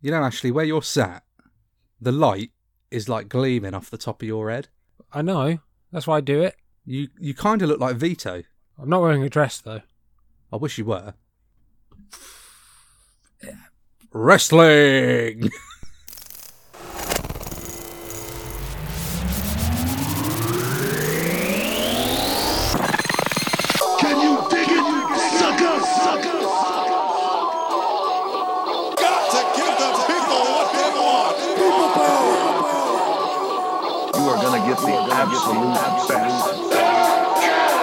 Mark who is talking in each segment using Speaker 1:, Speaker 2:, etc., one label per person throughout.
Speaker 1: You know, Ashley, where you're sat, the light is like gleaming off the top of your head.
Speaker 2: I know. That's why I do it.
Speaker 1: You you kind of look like Vito.
Speaker 2: I'm not wearing a dress though.
Speaker 1: I wish you were. Wrestling.
Speaker 3: Can you dig it, sucker, sucker? Got to give the people what they want. People power.
Speaker 4: You are going to get the absolute best.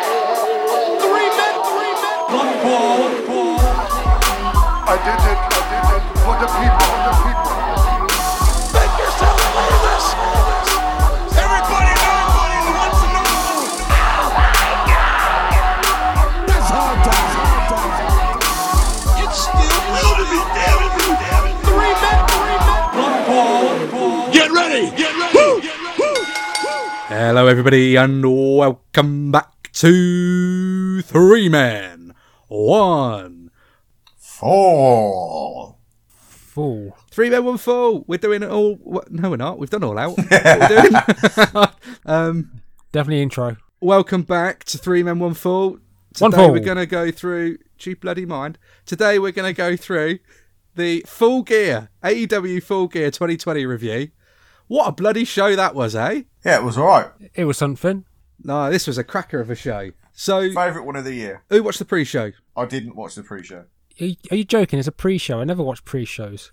Speaker 3: Three men, three men. One ball, one ball.
Speaker 5: I did it, I did it for the people, for the people.
Speaker 3: Make yourself famous. Everybody, everybody wants to know. That's hard times. hard times. It's still real to be damn it, damn it. Three men, three men. One ball, one ball. Get ready, get ready, get ready.
Speaker 1: Hello, everybody, and welcome back to Three Men. One.
Speaker 6: Four.
Speaker 2: Fool.
Speaker 1: Three men, one fall. We're doing it all. What? No, we're not. We've done all out. What are we doing? um,
Speaker 2: Definitely intro.
Speaker 1: welcome back to Three Men, One Fall. Today
Speaker 2: One Fall.
Speaker 1: we're going to go through. Cheap bloody mind. Today we're going to go through the Full Gear AEW Full Gear 2020 review. What a bloody show that was, eh?
Speaker 6: Yeah, it was alright.
Speaker 2: It was something.
Speaker 1: No, this was a cracker of a show. So,
Speaker 6: Favourite one of the year.
Speaker 1: who watched the pre-show?
Speaker 6: I didn't watch the pre-show.
Speaker 2: Are you, are you joking? It's a pre-show. I never watch pre-shows.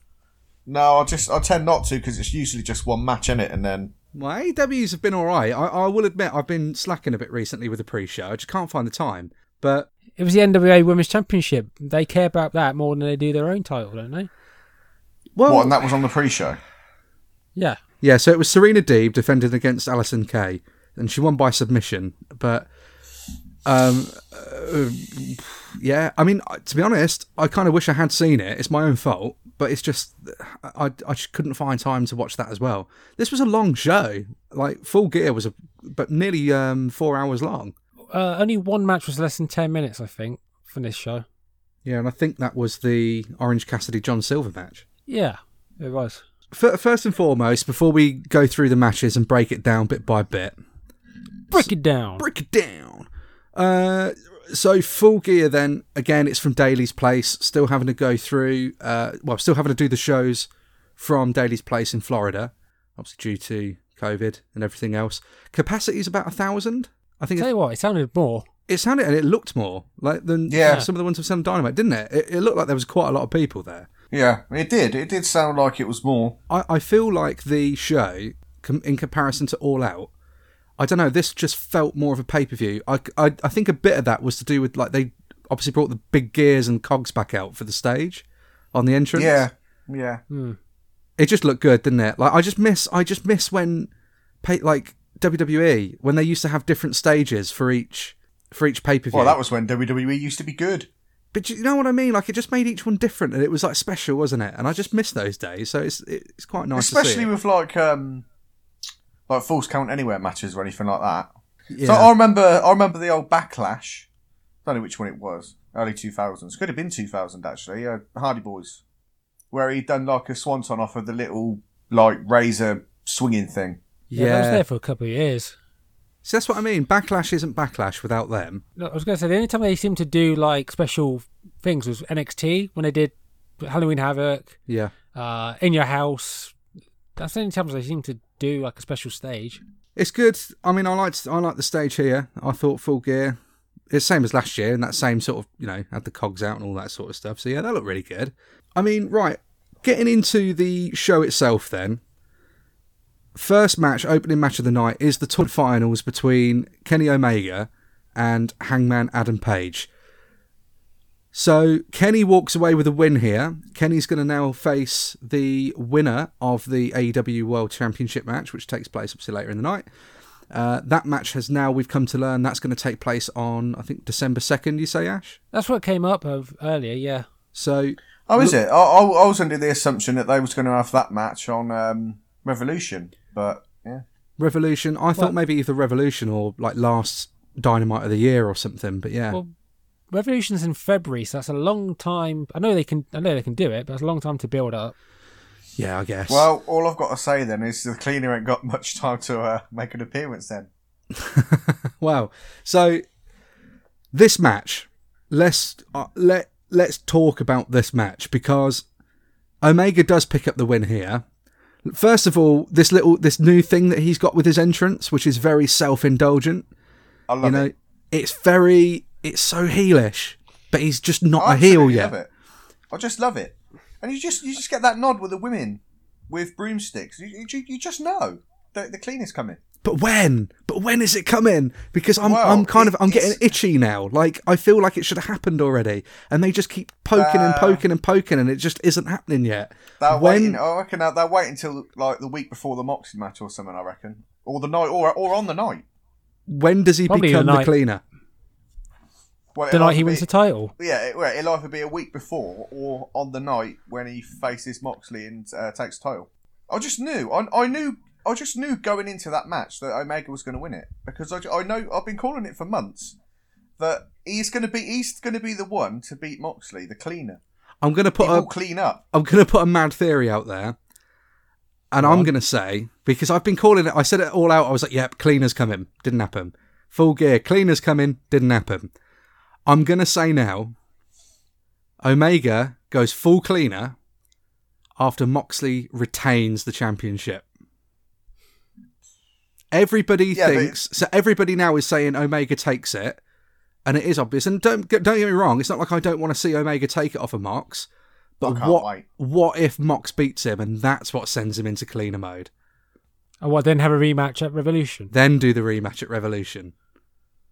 Speaker 6: No, I just I tend not to because it's usually just one match in it, and then
Speaker 1: My AEWs E have been all right. I, I will admit I've been slacking a bit recently with the pre-show. I just can't find the time. But
Speaker 2: It was the NWA Women's Championship. They care about that more than they do their own title, don't they?
Speaker 1: well,
Speaker 6: what? And that was on the pre-show.
Speaker 2: Yeah.
Speaker 1: yeah. So it was Serena Deeb defending against Alison Kay, and she won by submission. But um, uh, yeah. I mean, to be honest, I kind of wish I had seen it. It's my own fault, but it's just I I just couldn't find time to watch that as well. This was a long show. Like Full Gear was a but nearly um four hours long.
Speaker 2: Uh, only one match was less than ten minutes, I think, from this show.
Speaker 1: Yeah, and I think that was the Orange Cassidy John Silver match.
Speaker 2: Yeah, it was.
Speaker 1: F- first and foremost, before we go through the matches and break it down bit by bit,
Speaker 2: Break it down.
Speaker 1: break it down. Uh, so full gear. Then again, it's from Daly's Place. Still having to go through. Uh, well, still having to do the shows from Daly's Place in Florida, obviously due to COVID and everything else. Capacity is about a thousand. I think
Speaker 2: Tell
Speaker 1: it,
Speaker 2: you what, it sounded more.
Speaker 1: it sounded and it looked more like than
Speaker 6: Yeah.
Speaker 1: some of the ones of Seven Dynamite, didn't it? it? It looked like there was quite a lot of people there.
Speaker 6: Yeah, it did. It did sound like it was more.
Speaker 1: I, I feel like the show, com- in comparison to All Out, I don't know, this just felt more of a pay per view. I, I, I think a bit of that was to do with, like, they obviously brought the big gears and cogs back out for the stage on the entrance.
Speaker 6: Yeah, yeah.
Speaker 1: It just looked good, didn't it? Like, I just miss, I just miss when, pay, like, WWE, when they used to have different stages for each. For each pay per view,
Speaker 6: Well, that was when WWE used to be good.
Speaker 1: but you know what I mean. Like it just made each one different, and it was like special, wasn't it? And I just miss those days, so it's it's quite nice. to see
Speaker 6: especially
Speaker 1: it.
Speaker 6: with like um like false count anywhere matches or anything like that.
Speaker 1: Yeah.
Speaker 6: So I remember I remember the old backlash. I don't know which one it was. Early two thousands. Could have been two thousand actually. Uh, Hardy Boys, where he'd done like a swanton off of the little like razor swinging thing.
Speaker 2: Yeah, I was there for a couple of years.
Speaker 1: So that's what I mean. Backlash isn't backlash without them.
Speaker 2: No, I was going to say the only time they seemed to do like special things was NXT when they did Halloween Havoc,
Speaker 1: Yeah.
Speaker 2: uh, In Your House. That's the only times they seem to do like a special stage.
Speaker 1: It's good. I mean, I liked I liked the stage here. I thought full gear. It's same as last year, and that same sort of you know had the cogs out and all that sort of stuff. So yeah, that looked really good. I mean, right, getting into the show itself then. First match, opening match of the night is the tournament finals between Kenny Omega and Hangman Adam Page. So Kenny walks away with a win here. Kenny's going to now face the winner of the AEW World Championship match, which takes place obviously later in the night. Uh, that match has now we've come to learn that's going to take place on I think December second. You say Ash?
Speaker 2: That's what came up of earlier. Yeah,
Speaker 1: So
Speaker 6: Oh, is it? I, I, I was under the assumption that they was going to have that match on um, Revolution, but yeah,
Speaker 1: Revolution. I thought maybe either Revolution or like last Dynamite of the Year or something. But yeah,
Speaker 2: Well- Revolution's in February, so that's a long time. I know they can. I know they can do it, but it's a long time to build up.
Speaker 1: Yeah, I guess.
Speaker 6: Well, all I've got to say then is the cleaner ain't got much time to uh, make an appearance then.
Speaker 1: Wow. So this match, let's uh, let let's talk about this match because Omega does pick up the win here. First of all, this little this new thing that he's got with his entrance, which is very self-indulgent.
Speaker 6: I love
Speaker 1: You know,
Speaker 6: it.
Speaker 1: it's very it's so heelish, but he's just not
Speaker 6: I
Speaker 1: a heel
Speaker 6: absolutely
Speaker 1: yet.
Speaker 6: Love it. I just love it. And you just you just get that nod with the women with broomsticks. You, you, you just know the, the cleaner's coming.
Speaker 1: But when? But when is it coming? Because I'm
Speaker 6: Well,
Speaker 1: I'm kind
Speaker 6: it-
Speaker 1: of I'm getting
Speaker 6: it's-
Speaker 1: itchy now. Like I feel like it should have happened already, and they just keep poking and
Speaker 6: Uh,
Speaker 1: poking and poking, and it just isn't happening yet. when?
Speaker 6: They're Uh, waiting. I reckon they'll, they'll wait until like the week before the Moxie match or something. I reckon, or the night, or or on the night.
Speaker 1: When does he
Speaker 2: Probably
Speaker 1: become
Speaker 2: the
Speaker 1: the
Speaker 2: night-
Speaker 1: cleaner?
Speaker 6: Well,
Speaker 2: The
Speaker 6: it'll
Speaker 2: night he
Speaker 6: either
Speaker 2: wins
Speaker 6: be-
Speaker 2: the title.
Speaker 6: Yeah, it, well, it'll either be a week before or on the night when he faces Moxley and uh, takes title. I just knew. I, I knew. I just knew going into that match that Omega was going to win it because I, I know I've been calling it for months that he's going to be he's going to be the one to beat Moxley, the cleaner.
Speaker 1: I'm gonna
Speaker 6: He
Speaker 1: put
Speaker 6: will
Speaker 1: a
Speaker 6: clean up.
Speaker 1: I'm gonna put a mad theory out there, and I'm gonna say because I've been calling it. I said it all out. I was like, "Yep, cleaners coming." Didn't happen. Full gear, cleaners coming. Didn't happen. I'm gonna say now. Omega goes full cleaner after Moxley retains the championship. Everybody
Speaker 6: Yeah, but
Speaker 1: thinks so. Everybody now is saying Omega takes it, and it is obvious. And don't get- don't get me wrong. It's not like I don't want to see Omega take it off of Mox.
Speaker 6: I
Speaker 1: But
Speaker 6: can't
Speaker 1: what
Speaker 6: wait.
Speaker 1: what if Mox beats him and that's what sends him into cleaner mode?
Speaker 2: And what then have a rematch at Revolution?
Speaker 1: Then do the rematch at Revolution.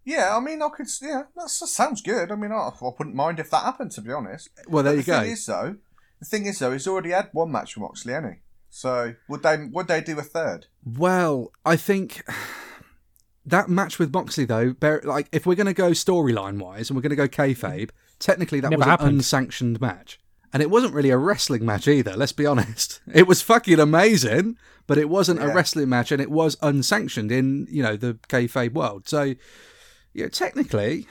Speaker 6: Yeah, I mean, I could. Yeah, that's, that sounds good. I mean, I, I wouldn't mind if that happened. To be honest.
Speaker 1: Well, there
Speaker 6: But
Speaker 1: you
Speaker 6: the
Speaker 1: go.
Speaker 6: Thing is, though, the thing is, though, he's already had one match with Moxley, hasn't he? So would they would they do a third?
Speaker 1: Well, I think that match with Moxley though, bear, like if we're going to go storyline wise and we're going to go kayfabe, technically that
Speaker 2: Never
Speaker 1: was an
Speaker 2: happened.
Speaker 1: unsanctioned match. And it wasn't really a wrestling match either, let's be honest. It was fucking amazing, but it wasn't a
Speaker 6: Yeah.
Speaker 1: wrestling match and it was unsanctioned in, you know, the kayfabe world. So, yeah, technically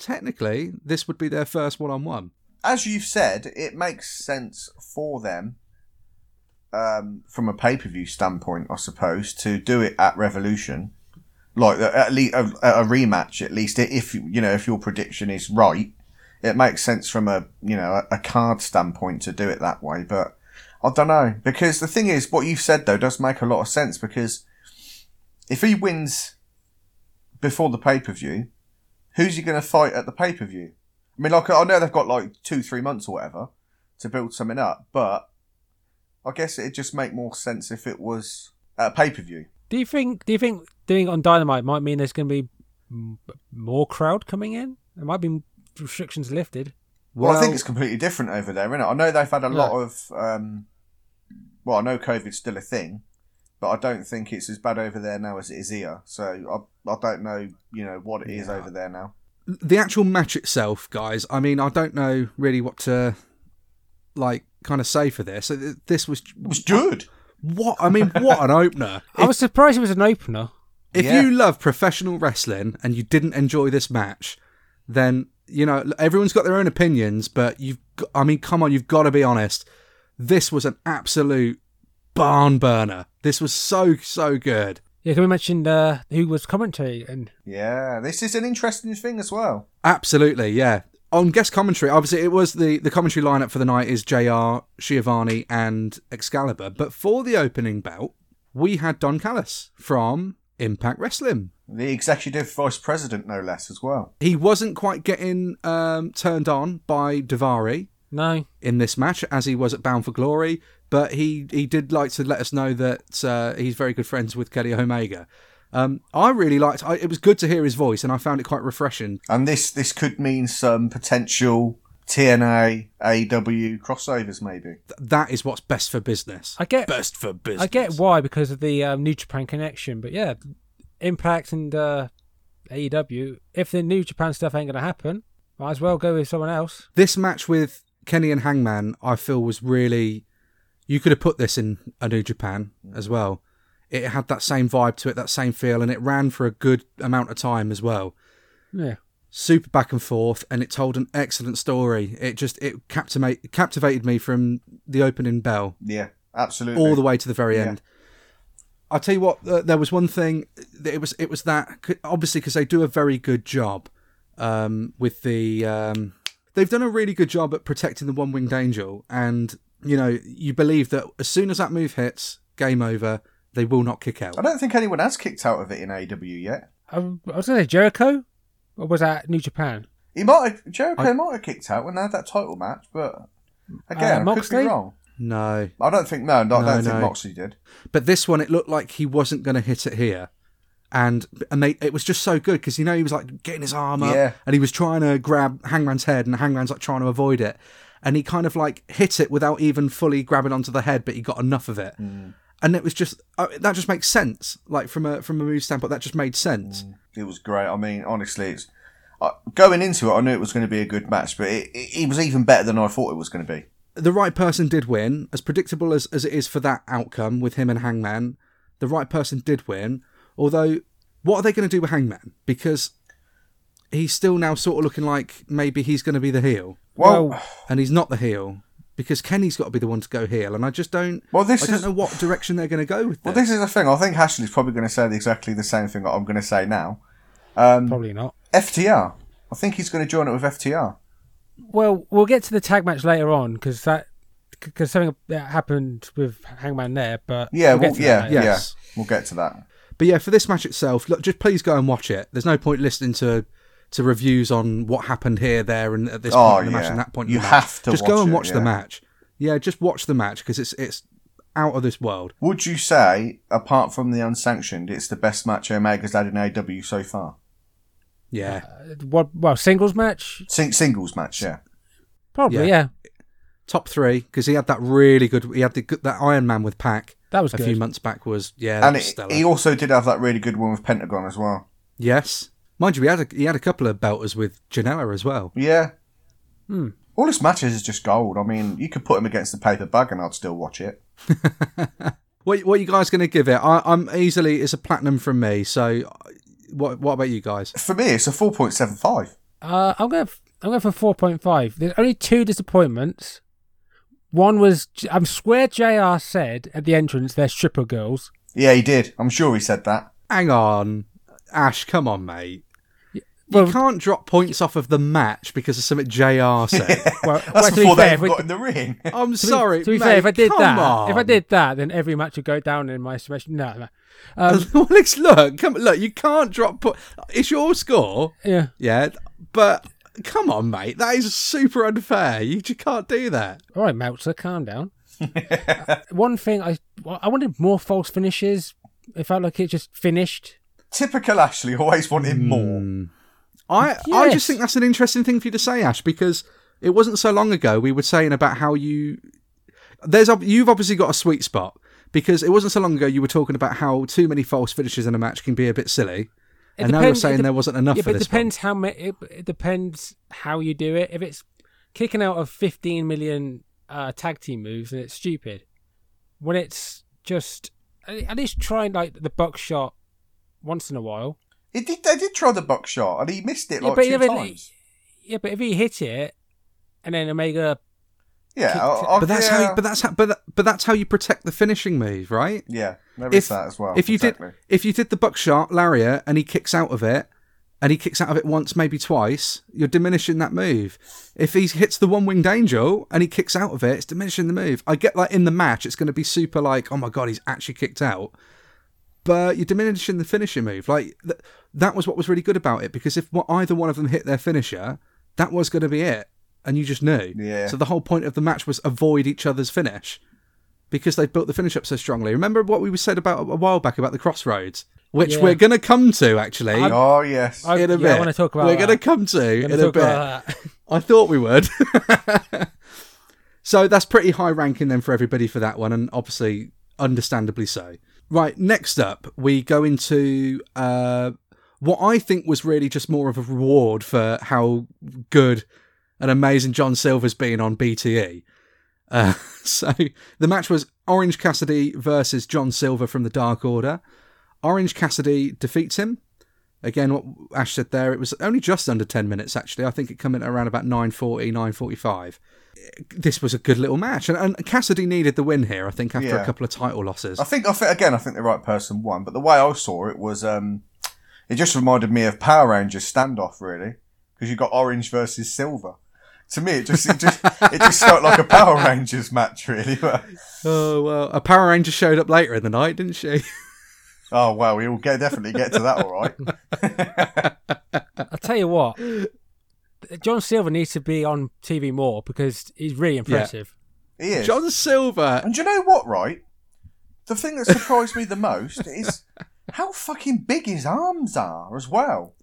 Speaker 1: technically this would be their first one-on-one.
Speaker 6: As you've said, it makes sense for them, um, from a pay per view standpoint, I suppose, to do it at Revolution, like uh, at least a, a rematch. At least if you know if your prediction is right, it makes sense from a you know a, a card standpoint to do it that way. But I don't know because the thing is, what you've said though does make a lot of sense because if he wins before the pay per view, who's he going to fight at the pay per view? I mean, like I know they've got like two, three months or whatever to build something up, but I guess it'd just make more sense if it was at a pay per view.
Speaker 2: Do you think? Do you think doing it on Dynamite might mean there's going to be m- more crowd coming in? There might be restrictions lifted.
Speaker 6: Well, I think it's completely different over there, innit? I know they've had a lot of. Um, well, I know COVID's still a thing, but I don't think it's as bad over there now as it is here. So I, I don't know, you know, what it is over there now.
Speaker 1: the actual match itself, guys. I mean, I don't know really what to like kind of say for this. So th- This was
Speaker 6: It was good.
Speaker 1: what I mean. What an opener!
Speaker 2: I was surprised it was an opener.
Speaker 1: If
Speaker 6: Yeah.
Speaker 1: you love professional wrestling and you didn't enjoy this match, then you know everyone's got their own opinions. But you've, g I I mean, come on, you've got to be honest. This was an absolute barn burner. This was so so good.
Speaker 2: Yeah, can we mention uh, who was commentary and
Speaker 6: Yeah, this is an interesting thing as well.
Speaker 1: Absolutely, yeah. On guest commentary, obviously it was the the commentary lineup for the night is JR, Schiavone, and Excalibur. But for the opening bout, we had Don Callis from Impact Wrestling.
Speaker 6: The executive vice president, no less, as well.
Speaker 1: He wasn't quite getting um, turned on by Davari
Speaker 2: no?
Speaker 1: in this match as he was at Bound for Glory, but he he did like to let us know that uh, he's very good friends with Kenny Omega. Um, I really liked. I, it was good to hear his voice, and I found it quite refreshing
Speaker 6: And this this could mean some potential TNA AW E crossovers, maybe.
Speaker 1: that is what's best for business.
Speaker 2: I get-
Speaker 1: best for business.
Speaker 2: I get why because of the um, New Japan connection, but yeah, Impact and uh, AEW. If the New Japan stuff ain't going to happen, might as well go with someone else.
Speaker 1: this match with Kenny and Hangman. I feel was really you could have put this in a New Japan as well. It had that same vibe to it, that same feel, and it ran for a good amount of time as well.
Speaker 2: Yeah,
Speaker 1: super back and forth, and it told an excellent story. It just it captivate, captivated me from the opening bell
Speaker 6: Yeah, absolutely.
Speaker 1: all the way to the very
Speaker 6: Yeah.
Speaker 1: end. I'll tell you what, uh, there was one thing. That it was it was that c- obviously because they do a very good job um, with the. Um, they've done a really good job at protecting the one winged angel, and you know you believe that as soon as that move hits, game over. They will not kick out.
Speaker 6: I don't think anyone has kicked out of it in AW yet.
Speaker 2: I, I was going to say Jericho, or was that New Japan?
Speaker 6: He might have, Jericho
Speaker 1: I- Uh,
Speaker 6: might have kicked out when they had that title match, but again, I could be
Speaker 2: Moxley?
Speaker 6: wrong.
Speaker 1: No,
Speaker 6: I don't think no, no I
Speaker 1: No,
Speaker 6: don't
Speaker 1: no.
Speaker 6: think Moxley did.
Speaker 1: But this one, it looked like he wasn't going to hit it here, and and they it was just so good because you know he was like getting his arm up,
Speaker 6: Yeah.
Speaker 1: and he was trying to grab Hangman's head, and Hangman's like trying to avoid it, and he kind of like hit it without even fully grabbing onto the head, but he got enough of it, and it was just uh, that just makes sense, like from a from a move standpoint, that just made sense.
Speaker 6: It was great. I mean, honestly, it's uh, going into it. I knew it was going to be a good match, but it, it, it was even better than I thought it was going to be.
Speaker 1: The right person did win, as predictable as as it is for that outcome with him and Hangman, the right person did win, although. What are they going to do with Hangman? Because he's still now sort of looking like maybe he's going to be the heel,
Speaker 6: Well, well,
Speaker 2: Well-
Speaker 1: and he's not the heel because Kenny's got to be the one to go heel, and I just don't.
Speaker 6: Well, this
Speaker 1: I
Speaker 6: is-
Speaker 1: don't know what direction they're going to go with.
Speaker 6: this is the thing. I think Ashley's probably going to say exactly the same thing that I'm going to say now. um,
Speaker 2: Probably not.
Speaker 6: FTR. I think he's going to join it with FTR.
Speaker 2: Well, we'll get to the tag match later on because that because something that happened with Hangman there. But
Speaker 6: Yeah,
Speaker 2: we'll
Speaker 6: well,
Speaker 2: get to
Speaker 6: yeah,
Speaker 2: that
Speaker 6: yeah.
Speaker 2: later.
Speaker 1: Yes.
Speaker 6: We'll get to that.
Speaker 1: But yeah, for this match itself, look, just please go and watch it. There's no point listening to to reviews on what happened here, there, and at this
Speaker 6: Oh,
Speaker 1: point in the match
Speaker 6: yeah.
Speaker 1: and that point. in
Speaker 6: You
Speaker 1: the match.
Speaker 6: have to
Speaker 1: just
Speaker 6: watch
Speaker 1: go and
Speaker 6: it,
Speaker 1: watch the
Speaker 6: yeah.
Speaker 1: match. Yeah, just watch the match because it's it's out of this world.
Speaker 6: Would you say, apart from the unsanctioned, it's the best match Omega's had in AW so far?
Speaker 1: Yeah,
Speaker 2: What? Well, singles match
Speaker 6: Sing- singles match, yeah.
Speaker 2: probably.
Speaker 1: Yeah.
Speaker 2: Yeah,
Speaker 1: top three because he had that really good. He had the good, that Iron Man with Pac
Speaker 2: that was
Speaker 1: a
Speaker 2: good.
Speaker 1: few months back. Was yeah, that
Speaker 6: and
Speaker 1: was
Speaker 6: it,
Speaker 1: stellar.
Speaker 6: he also did have that really good one with Pentagon as well.
Speaker 1: Yes. Mind you, he had a, he had a couple of belters with Janela as well.
Speaker 6: Yeah.
Speaker 2: Hmm.
Speaker 6: All his matches is just gold. I mean, you could put him against the paper bag and I'd still watch it.
Speaker 1: What what you guys going to give it? I, I'm easily it's a platinum from me. So, what what about you guys?
Speaker 6: For me, it's a 4.75.
Speaker 2: Uh, I'm going. f- I'm going for four point five. There's only two disappointments. One was J- I'm swear Jr. said at the entrance they're stripper girls.
Speaker 6: Yeah, he did. I'm sure he said that.
Speaker 1: Hang on, Ash, come on, mate.
Speaker 2: Well,
Speaker 1: You can't drop points off of the match because of something Jr. said.
Speaker 2: well, well,
Speaker 6: That's
Speaker 2: to be
Speaker 6: before they
Speaker 2: fair, if
Speaker 6: even
Speaker 2: we-
Speaker 6: got in the ring.
Speaker 1: I'm
Speaker 2: to be-
Speaker 1: sorry.
Speaker 2: To be
Speaker 1: mate,
Speaker 2: fair, if I did
Speaker 1: come
Speaker 2: that,
Speaker 1: on.
Speaker 2: if I did that, then every match would go down in my estimation. No, no. Um,
Speaker 1: well, it's- look, come look, you can't drop. Po- it's your score,
Speaker 2: yeah.
Speaker 1: yeah, but come on, mate, that is super unfair. You just can't do that.
Speaker 2: All right, Meltzer, calm down. Uh, one thing I I wanted more false finishes. It felt like it just finished.
Speaker 6: Typical Ashley, always wanted
Speaker 2: Hmm.
Speaker 6: more.
Speaker 1: I I just
Speaker 2: Yes.
Speaker 1: think that's an interesting thing for you to say, Ash, because it wasn't so long ago we were saying about how you there's ob- you've obviously got a sweet spot because it wasn't so long ago you were talking about how too many false finishes in a match can be a bit silly,
Speaker 2: It
Speaker 1: and now you're
Speaker 2: depends- it
Speaker 1: saying
Speaker 2: dep-
Speaker 1: there wasn't enough
Speaker 2: yeah,
Speaker 1: for
Speaker 2: but it
Speaker 1: this.
Speaker 2: depends how ma- it, it depends how you do it. If it's kicking out of 15 million uh, tag team moves and it's stupid, when it's just at at least try like the buckshot once in a while.
Speaker 6: He did, they did try the buckshot and he missed it
Speaker 2: Yeah,
Speaker 6: like
Speaker 2: but
Speaker 6: two
Speaker 2: yeah, but-
Speaker 6: times.
Speaker 2: Yeah, but if he hit it and then Omega,
Speaker 6: Yeah,
Speaker 2: kicked
Speaker 6: I,
Speaker 2: it.
Speaker 6: I,
Speaker 1: One. But that's
Speaker 6: yeah.
Speaker 1: how. You, but that's how. But, that- but that's how you protect the finishing move, right?
Speaker 6: Yeah, there is
Speaker 1: If
Speaker 6: that as well.
Speaker 1: if you
Speaker 6: exactly.
Speaker 1: did if you did the buckshot lariat and he kicks out of it, and he kicks out of it once, maybe twice, you're diminishing that move. If he hits the one winged angel and he kicks out of it, it's diminishing the move. I get like in the match, it's going to be super like, oh my god, he's actually kicked out. But you're diminishing the finisher move. Like th- that was what was really good about it because if wa- either one of them hit their finisher, that was going to be it, and you just knew.
Speaker 6: Yeah.
Speaker 1: So the whole point of the match was avoid each other's finish because they built the finish up so strongly. Remember what we said about a while back about the crossroads, which
Speaker 2: Yeah.
Speaker 1: we're going to come to actually
Speaker 6: Oh yes,
Speaker 2: I,
Speaker 1: in a
Speaker 2: yeah,
Speaker 1: bit.
Speaker 2: I want to talk about.
Speaker 1: We're
Speaker 2: that.
Speaker 1: going to come to in
Speaker 2: Gonna
Speaker 1: a
Speaker 2: talk
Speaker 1: bit.
Speaker 2: about that.
Speaker 1: I thought we would. so that's pretty high ranking then for everybody for that one, and obviously, understandably so. Right, next up, we go into uh, what I think was really just more of a reward for how good and amazing John Silver's been on BTE. Uh, so the match was Orange Cassidy versus John Silver from the Dark Order. Orange Cassidy defeats him Again, what Ash said there, it was only just under 10 minutes, actually. I think it came in at around about 9.40, 9.45. This was a good little match. And, and Cassidy needed the win here, I think, after
Speaker 6: Yeah.
Speaker 1: a couple of title losses.
Speaker 6: I think, I think again, I think the right person won, but the way I saw it was, um, it just reminded me of Power Rangers standoff, really, because you got orange versus silver. To me, it just it just it just felt like a Power Rangers match, really. But,
Speaker 1: Oh, well, a Power Ranger showed up later in the night, didn't she?
Speaker 6: oh well, we will get definitely get to that, all right.
Speaker 2: I'll tell you what, John Silver needs to be on TV more because he's really impressive.
Speaker 6: He is.
Speaker 1: John Silver.
Speaker 6: And do you know what, right? The thing that surprised me the most is how fucking big his arms are as well.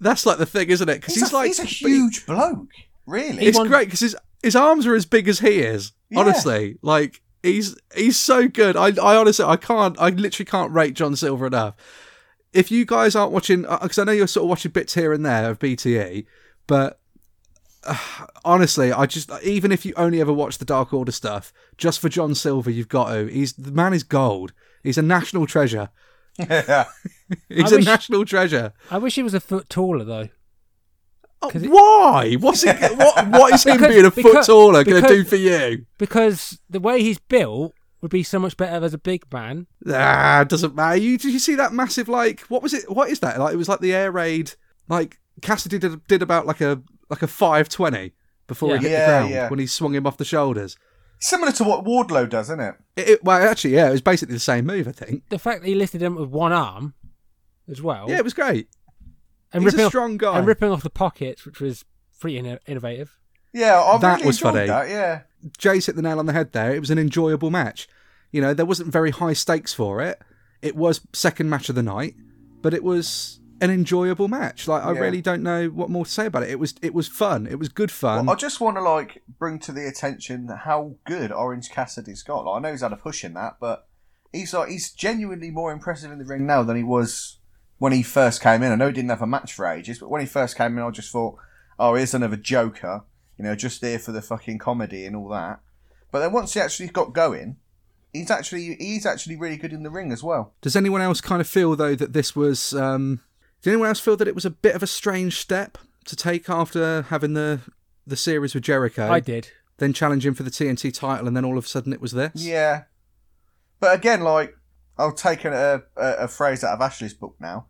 Speaker 1: That's like the thing, isn't it? Because
Speaker 6: He's,
Speaker 1: he's,
Speaker 6: a,
Speaker 1: like.
Speaker 6: he's a
Speaker 1: but he-
Speaker 6: huge bloke, really.
Speaker 1: it's great because his his arms are as big as he is.
Speaker 6: Yeah.
Speaker 1: Honestly, like he's he's so good. I I honestly I can't I literally can't rate John Silver enough. If you guys aren't watching, because I know you're sort of watching bits here and there of BTE, but uh, honestly, I just even if you only ever watch the Dark Order stuff, just for John Silver, you've got to. He's the man is gold. He's a national treasure.
Speaker 6: yeah.
Speaker 1: He's
Speaker 2: I
Speaker 1: a
Speaker 2: wish-
Speaker 1: national treasure.
Speaker 2: I wish he was a foot taller though.
Speaker 1: Oh,
Speaker 2: 'Cause it-
Speaker 1: why? What's it? What, what is him
Speaker 2: Because-
Speaker 1: being a foot
Speaker 2: because-
Speaker 1: taller going to
Speaker 2: because-
Speaker 1: do for you?
Speaker 2: Because the way he's built would be so much better as a big man.
Speaker 1: Ah, it doesn't matter. You did you see that massive like what was it? What is that? Like it was like the air raid. Like Cassidy did, did about like a like a five twenty before
Speaker 2: Yeah.
Speaker 1: he hit
Speaker 6: Yeah,
Speaker 1: the ground
Speaker 6: yeah.
Speaker 1: when he swung him off the shoulders.
Speaker 6: Similar to what Wardlow does, isn't it?
Speaker 1: It, it- well, actually, yeah, it was basically the same move. I think.
Speaker 2: The fact that he lifted him with one arm as well.
Speaker 1: Yeah, it was great.
Speaker 2: Oh. and
Speaker 1: he's a
Speaker 2: ripping
Speaker 1: strong
Speaker 2: off,
Speaker 1: guy.
Speaker 2: And ripping off the pockets, which was pretty inno- innovative.
Speaker 6: Yeah, I
Speaker 1: That
Speaker 6: really
Speaker 1: was
Speaker 6: enjoyed
Speaker 1: funny.
Speaker 6: that. Yeah,
Speaker 1: Jay's hit the nail on the head there. It was an enjoyable match. You know, there wasn't very high stakes for it. It was second match of the night, but it was an enjoyable match. Like I
Speaker 6: Yeah.
Speaker 1: really don't know what more to say about it. It was it was fun. It was good fun.
Speaker 6: I just want to like bring to the attention how good Orange Cassidy's got. Like, I know he's had a push in that, but he's like he's genuinely more impressive in the ring now than he was when he first came in. I know he didn't have a match for ages, but when he first came in, I just thought, oh, here's another Joker, you know, just there for the fucking comedy and all that. But then once he actually got going, he's actually he's actually really good in the ring as well.
Speaker 1: Does anyone else kind of feel though that this was? Um, did anyone else feel that it was a bit of a strange step to take after having the the series with Jericho,
Speaker 2: I did.
Speaker 1: then challenging for the TNT title, and then all of a sudden it was this?
Speaker 6: Yeah, but again, like I'll take a, a, a phrase out of Ashley's book now.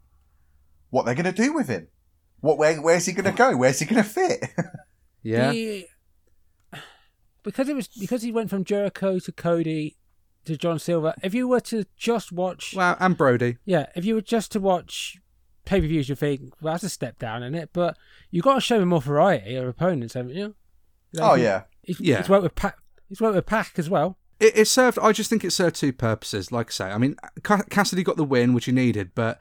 Speaker 6: What they're going to do with him? What where, where's he going to go? Where's he going to fit?
Speaker 1: yeah.
Speaker 2: The- because it was because he went from Jericho to Cody to John Silver. If you were to just watch,
Speaker 1: Wow, and Brody.
Speaker 2: yeah, if you were just to watch pay per views, you think well, that's a step down in it. But you got to show him more variety of opponents, haven't you? Like,
Speaker 6: oh
Speaker 2: he-
Speaker 6: yeah,
Speaker 2: he's,
Speaker 1: Yeah.
Speaker 2: he's worked with Pac. He's worked with Pac as well.
Speaker 1: It, it served. I just think it served two purposes. Like I say, I mean, Ca- Cassidy got the win, which he needed, but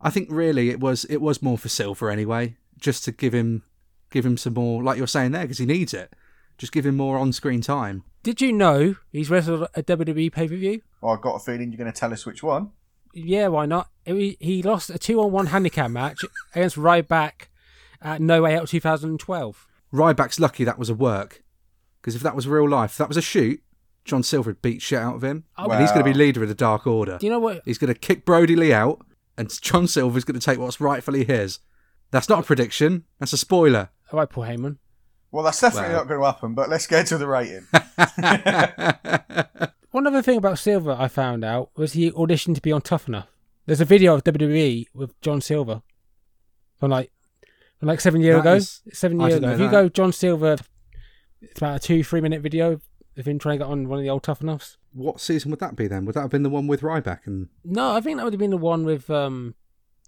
Speaker 1: I think really it was it was more for Silver anyway, just to give him give him some more, like you're saying there, because he needs it. Just give him more on screen time.
Speaker 2: Did you know he's wrestled a E WWE pay per view?
Speaker 6: Well, I've got a feeling you're going to tell us which one.
Speaker 2: Yeah, why not? He, he lost a two on one handicap match against Ryback at No Way Out 2012.
Speaker 1: Ryback's lucky that was a work, because if that was real life, if that was a shoot, John Silver would beat shit out of him,
Speaker 2: Oh,
Speaker 1: and he's going to be
Speaker 6: wow.
Speaker 1: leader of the Dark Order.
Speaker 2: Do you know what?
Speaker 1: He's going to kick Brody Lee out, and John Silver's going to take what's rightfully his. That's not a prediction. That's a spoiler.
Speaker 2: All right, Paul Heyman.
Speaker 6: Well, that's definitely
Speaker 1: Wow.
Speaker 6: not going to happen. But let's get to the rating.
Speaker 2: One other thing about Silver I found out was he auditioned to be on Tough Enough. There's a video of WWE with John Silver from like from like seven years
Speaker 1: That
Speaker 2: ago.
Speaker 1: is-
Speaker 2: seven
Speaker 1: I
Speaker 2: years
Speaker 1: didn't
Speaker 2: ago.
Speaker 1: know
Speaker 2: If you
Speaker 1: that.
Speaker 2: go John Silver, it's about a two three minute video of him trying to get on one of the old Tough Enoughs.
Speaker 1: what season would that be then? Would that have been the one with Ryback and?
Speaker 2: No, I think that would have been the one with um,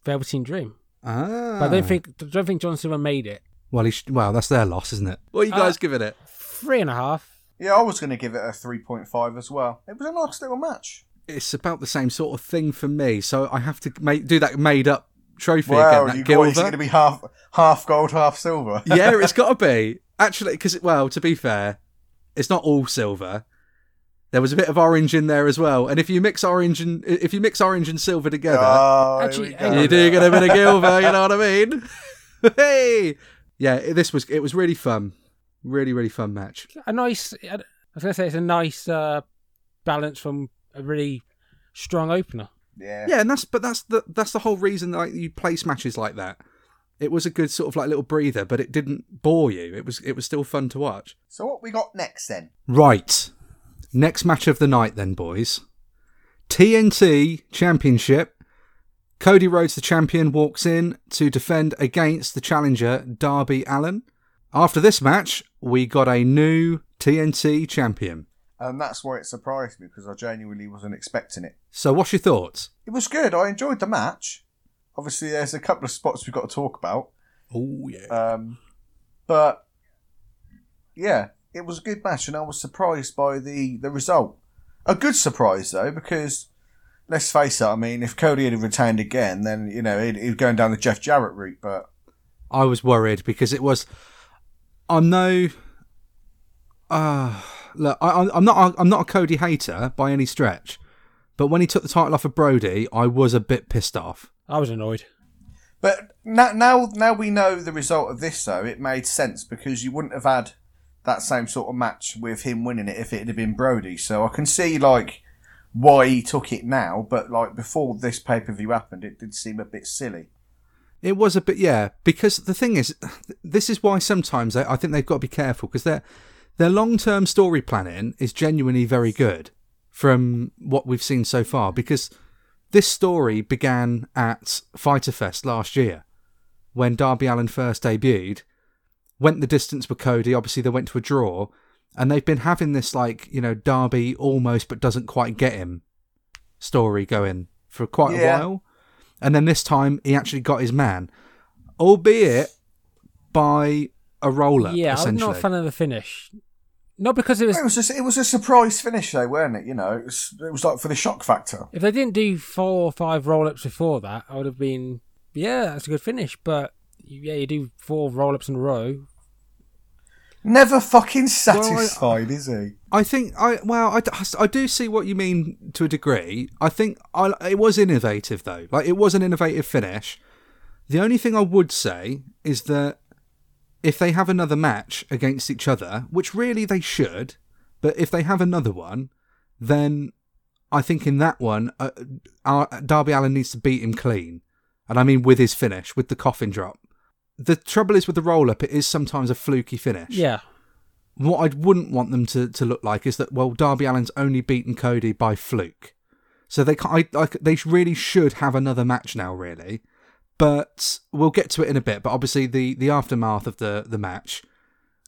Speaker 2: Velveteen Dream.
Speaker 1: Ah,
Speaker 2: But I don't think I don't think John Silver made it.
Speaker 1: Well, he sh- well, that's their loss, isn't it? What are you guys
Speaker 2: Uh,
Speaker 1: giving it?
Speaker 2: Three and a half.
Speaker 6: yeah, I was going to give it a three point five as well. It was a nice little match.
Speaker 1: It's about the same sort of thing for me, so I have to make, do that made up trophy
Speaker 6: Wow,
Speaker 1: again.
Speaker 6: you
Speaker 1: That
Speaker 6: got it's going
Speaker 1: Gilver.
Speaker 6: to be half half gold, half silver.
Speaker 1: yeah, it's got to be. Actually, because, well, to be fair, it's not all silver. There was a bit of orange in there as well. And if you mix orange and if you mix orange and silver together,
Speaker 6: Oh, here
Speaker 2: Actually,
Speaker 6: we
Speaker 2: uh,
Speaker 6: go.
Speaker 1: you do get a bit of Gilver, you know what I mean? hey! Yeah, it- this was it was really fun. Really, really fun match.
Speaker 2: A nice. I was gonna say it's a nice uh, balance from a really strong opener.
Speaker 6: Yeah.
Speaker 1: Yeah, and that's but that's the that's the whole reason like you place matches like that. It was a good sort of like little breather, but it didn't bore you. It was it was still fun to watch.
Speaker 6: So what we got next then?
Speaker 1: Right. Next match of the night then, boys. TNT Championship. Cody Rhodes the champion walks in to defend against the challenger Darby Allen. After this match, we got a new TNT champion.
Speaker 6: And that's why it surprised me because I genuinely wasn't expecting it.
Speaker 1: So what's your thoughts?
Speaker 6: It was good. I enjoyed the match. Obviously, there's a couple of spots we've got to talk about.
Speaker 1: Oh yeah.
Speaker 6: Um, but yeah, it was a good match, and I was surprised by the the result. A good surprise though, because let's face it. I mean, if Cody had retained again, then you know he'd, he'd going down the Jeff Jarrett route. But
Speaker 1: I was worried because it was. I'm no. Uh, look, I, I'm- I'm not. I'm not a Cody hater by any stretch, but when he took the title off of Brody, I was a bit pissed off.
Speaker 2: I was annoyed.
Speaker 6: but now now now we know the result of this though. It made sense because you wouldn't have had that same sort of match with him winning it if it had been Brody. So I can see like why he took it now, but like before this pay per view happened, it did seem a bit silly.
Speaker 1: It was a bit, yeah. Because the thing is, this is why sometimes I, I think they've got to be careful because their their long term story planning is genuinely very good from what we've seen so far. Because this story began at Fighter Fest last year when Darby Allen first debuted, went the distance with Cody. Obviously, they went to a draw, and they've been having this like you know Darby almost but doesn't quite get him story going for quite
Speaker 6: Yeah.
Speaker 1: a while, and then this time he actually got his man, albeit by a roller.
Speaker 2: yeah, I'm
Speaker 1: essentially.
Speaker 2: not a fan of the finish. Not because it was.
Speaker 6: It was just, it was a surprise finish though, weren't it? You know, it was, it was like for the shock factor.
Speaker 2: If they didn't do four or five roll ups before that, I would have been. Yeah, that's a good finish. But yeah, you do four roll ups in a row.
Speaker 6: Never fucking
Speaker 1: I-
Speaker 6: satisfied, is he?
Speaker 1: I think I well I, d- I do see what you mean to a degree. I think I, it was innovative though. Like it was an innovative finish. The only thing I would say is that if they have another match against each other, which really they should, but if they have another one, then I think in that one uh, uh, Darby Allen needs to beat him clean, and I mean with his finish, with the coffin drop. The trouble is with the roll up, it is sometimes a fluky finish
Speaker 2: Yeah.
Speaker 1: what I wouldn't want them to, to look like is that well, Darby Allen's only beaten Cody by fluke, so they can't, I, I, they really should have another match now, really. But we'll get to it in a bit. But obviously, the the aftermath of the the match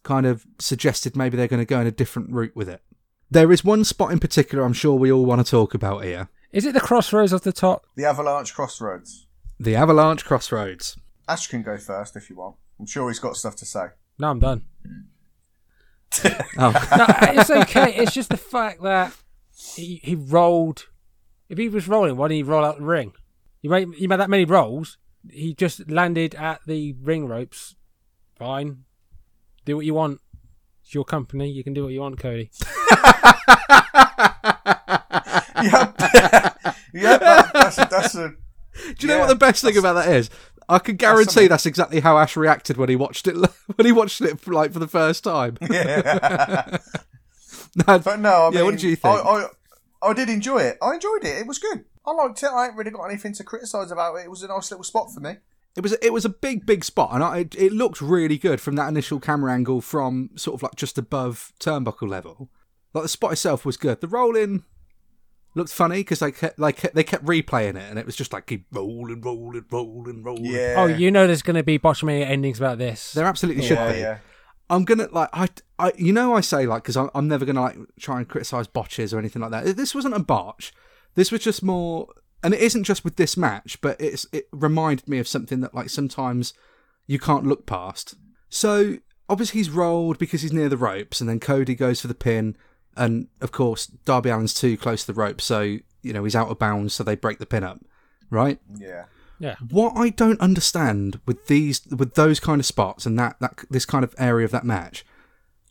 Speaker 1: kind of suggested maybe they're going to go in a different route with it. There is one spot in particular I'm sure we all want to talk about here:
Speaker 2: Is it the crossroads off the top?
Speaker 6: The Avalanche Crossroads.
Speaker 1: the Avalanche Crossroads.
Speaker 6: Ash can go first if you want. I'm sure he's got stuff to say.
Speaker 2: No, I'm done.
Speaker 1: Oh.
Speaker 2: No, Uh, it's okay. It's just the fact that he, he rolled. If he was rolling, why didn't he roll out the ring? He made, he made that many rolls. He just landed at the ring ropes. Fine. Do what you want. It's your company. You can do what you want, Cody.
Speaker 6: yep, yep. that- that's a, that's a
Speaker 1: Do you know
Speaker 6: Yeah,
Speaker 1: what the best thing about that is? I can guarantee
Speaker 6: something.
Speaker 1: that's exactly how Ash reacted when he watched it when he watched it like for the first time.
Speaker 6: yeah.
Speaker 1: No,
Speaker 6: But no, I mean,
Speaker 1: yeah. What did you think?
Speaker 6: I, I I did enjoy it. I enjoyed it. It was good. I liked it. I ain't really got anything to criticise about it. It was a nice little spot for me.
Speaker 1: it was it was a big big spot, and I, it, it looked really good from that initial camera angle from sort of like just above turnbuckle level. Like the spot itself was good. The rolling looked funny because they kept like they kept replaying it, and it was just like keep rolling, rolling, rolling, rolling.
Speaker 2: Oh, you know there's going to be botchamania endings about this.
Speaker 1: There absolutely should
Speaker 6: yeah,
Speaker 1: be.
Speaker 6: yeah.
Speaker 1: I'm gonna like I, I you know I say like because I'm, I'm never gonna like try and criticize botches or anything like that. This wasn't a botch. This was just more, and it isn't just with this match, but it's it reminded me of something that like sometimes you can't look past. So obviously he's rolled because he's near the ropes, and then Cody goes for the pin, and of course Darby Allen's too close to the rope, so you know he's out of bounds, so they break the pin up, right?
Speaker 6: Yeah.
Speaker 1: what I don't understand with these with those kind of spots and that that this kind of area of that match,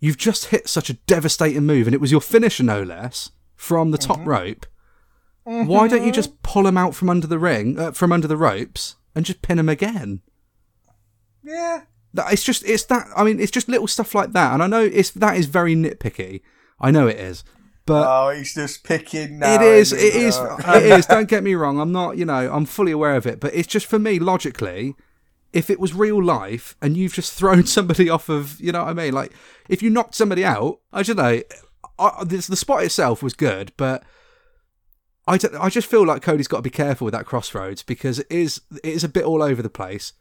Speaker 1: you've just hit such a devastating move, and it was your finisher no less from the top rope. Why don't you just pull him out from under the ring, uh, from under the ropes, and just pin him again?
Speaker 6: Yeah.
Speaker 1: That it's just it's that I mean it's just little stuff like that, and I know it's that is very nitpicky. I know it is, But
Speaker 6: Oh, he's just picking now.
Speaker 1: it is,
Speaker 6: isn't
Speaker 1: it
Speaker 6: he?
Speaker 1: is,
Speaker 6: Uh,
Speaker 1: it is. Don't get me wrong. I'm not, you know, I'm fully aware of it, but it's just for me logically. If it was real life and you've just thrown somebody off of, you know what I mean? Like, if you knocked somebody out, I don't know. I, this, the spot itself was good, but I, don't- I just feel like Cody's got to be careful with that crossroads because it is it is a bit all over the place.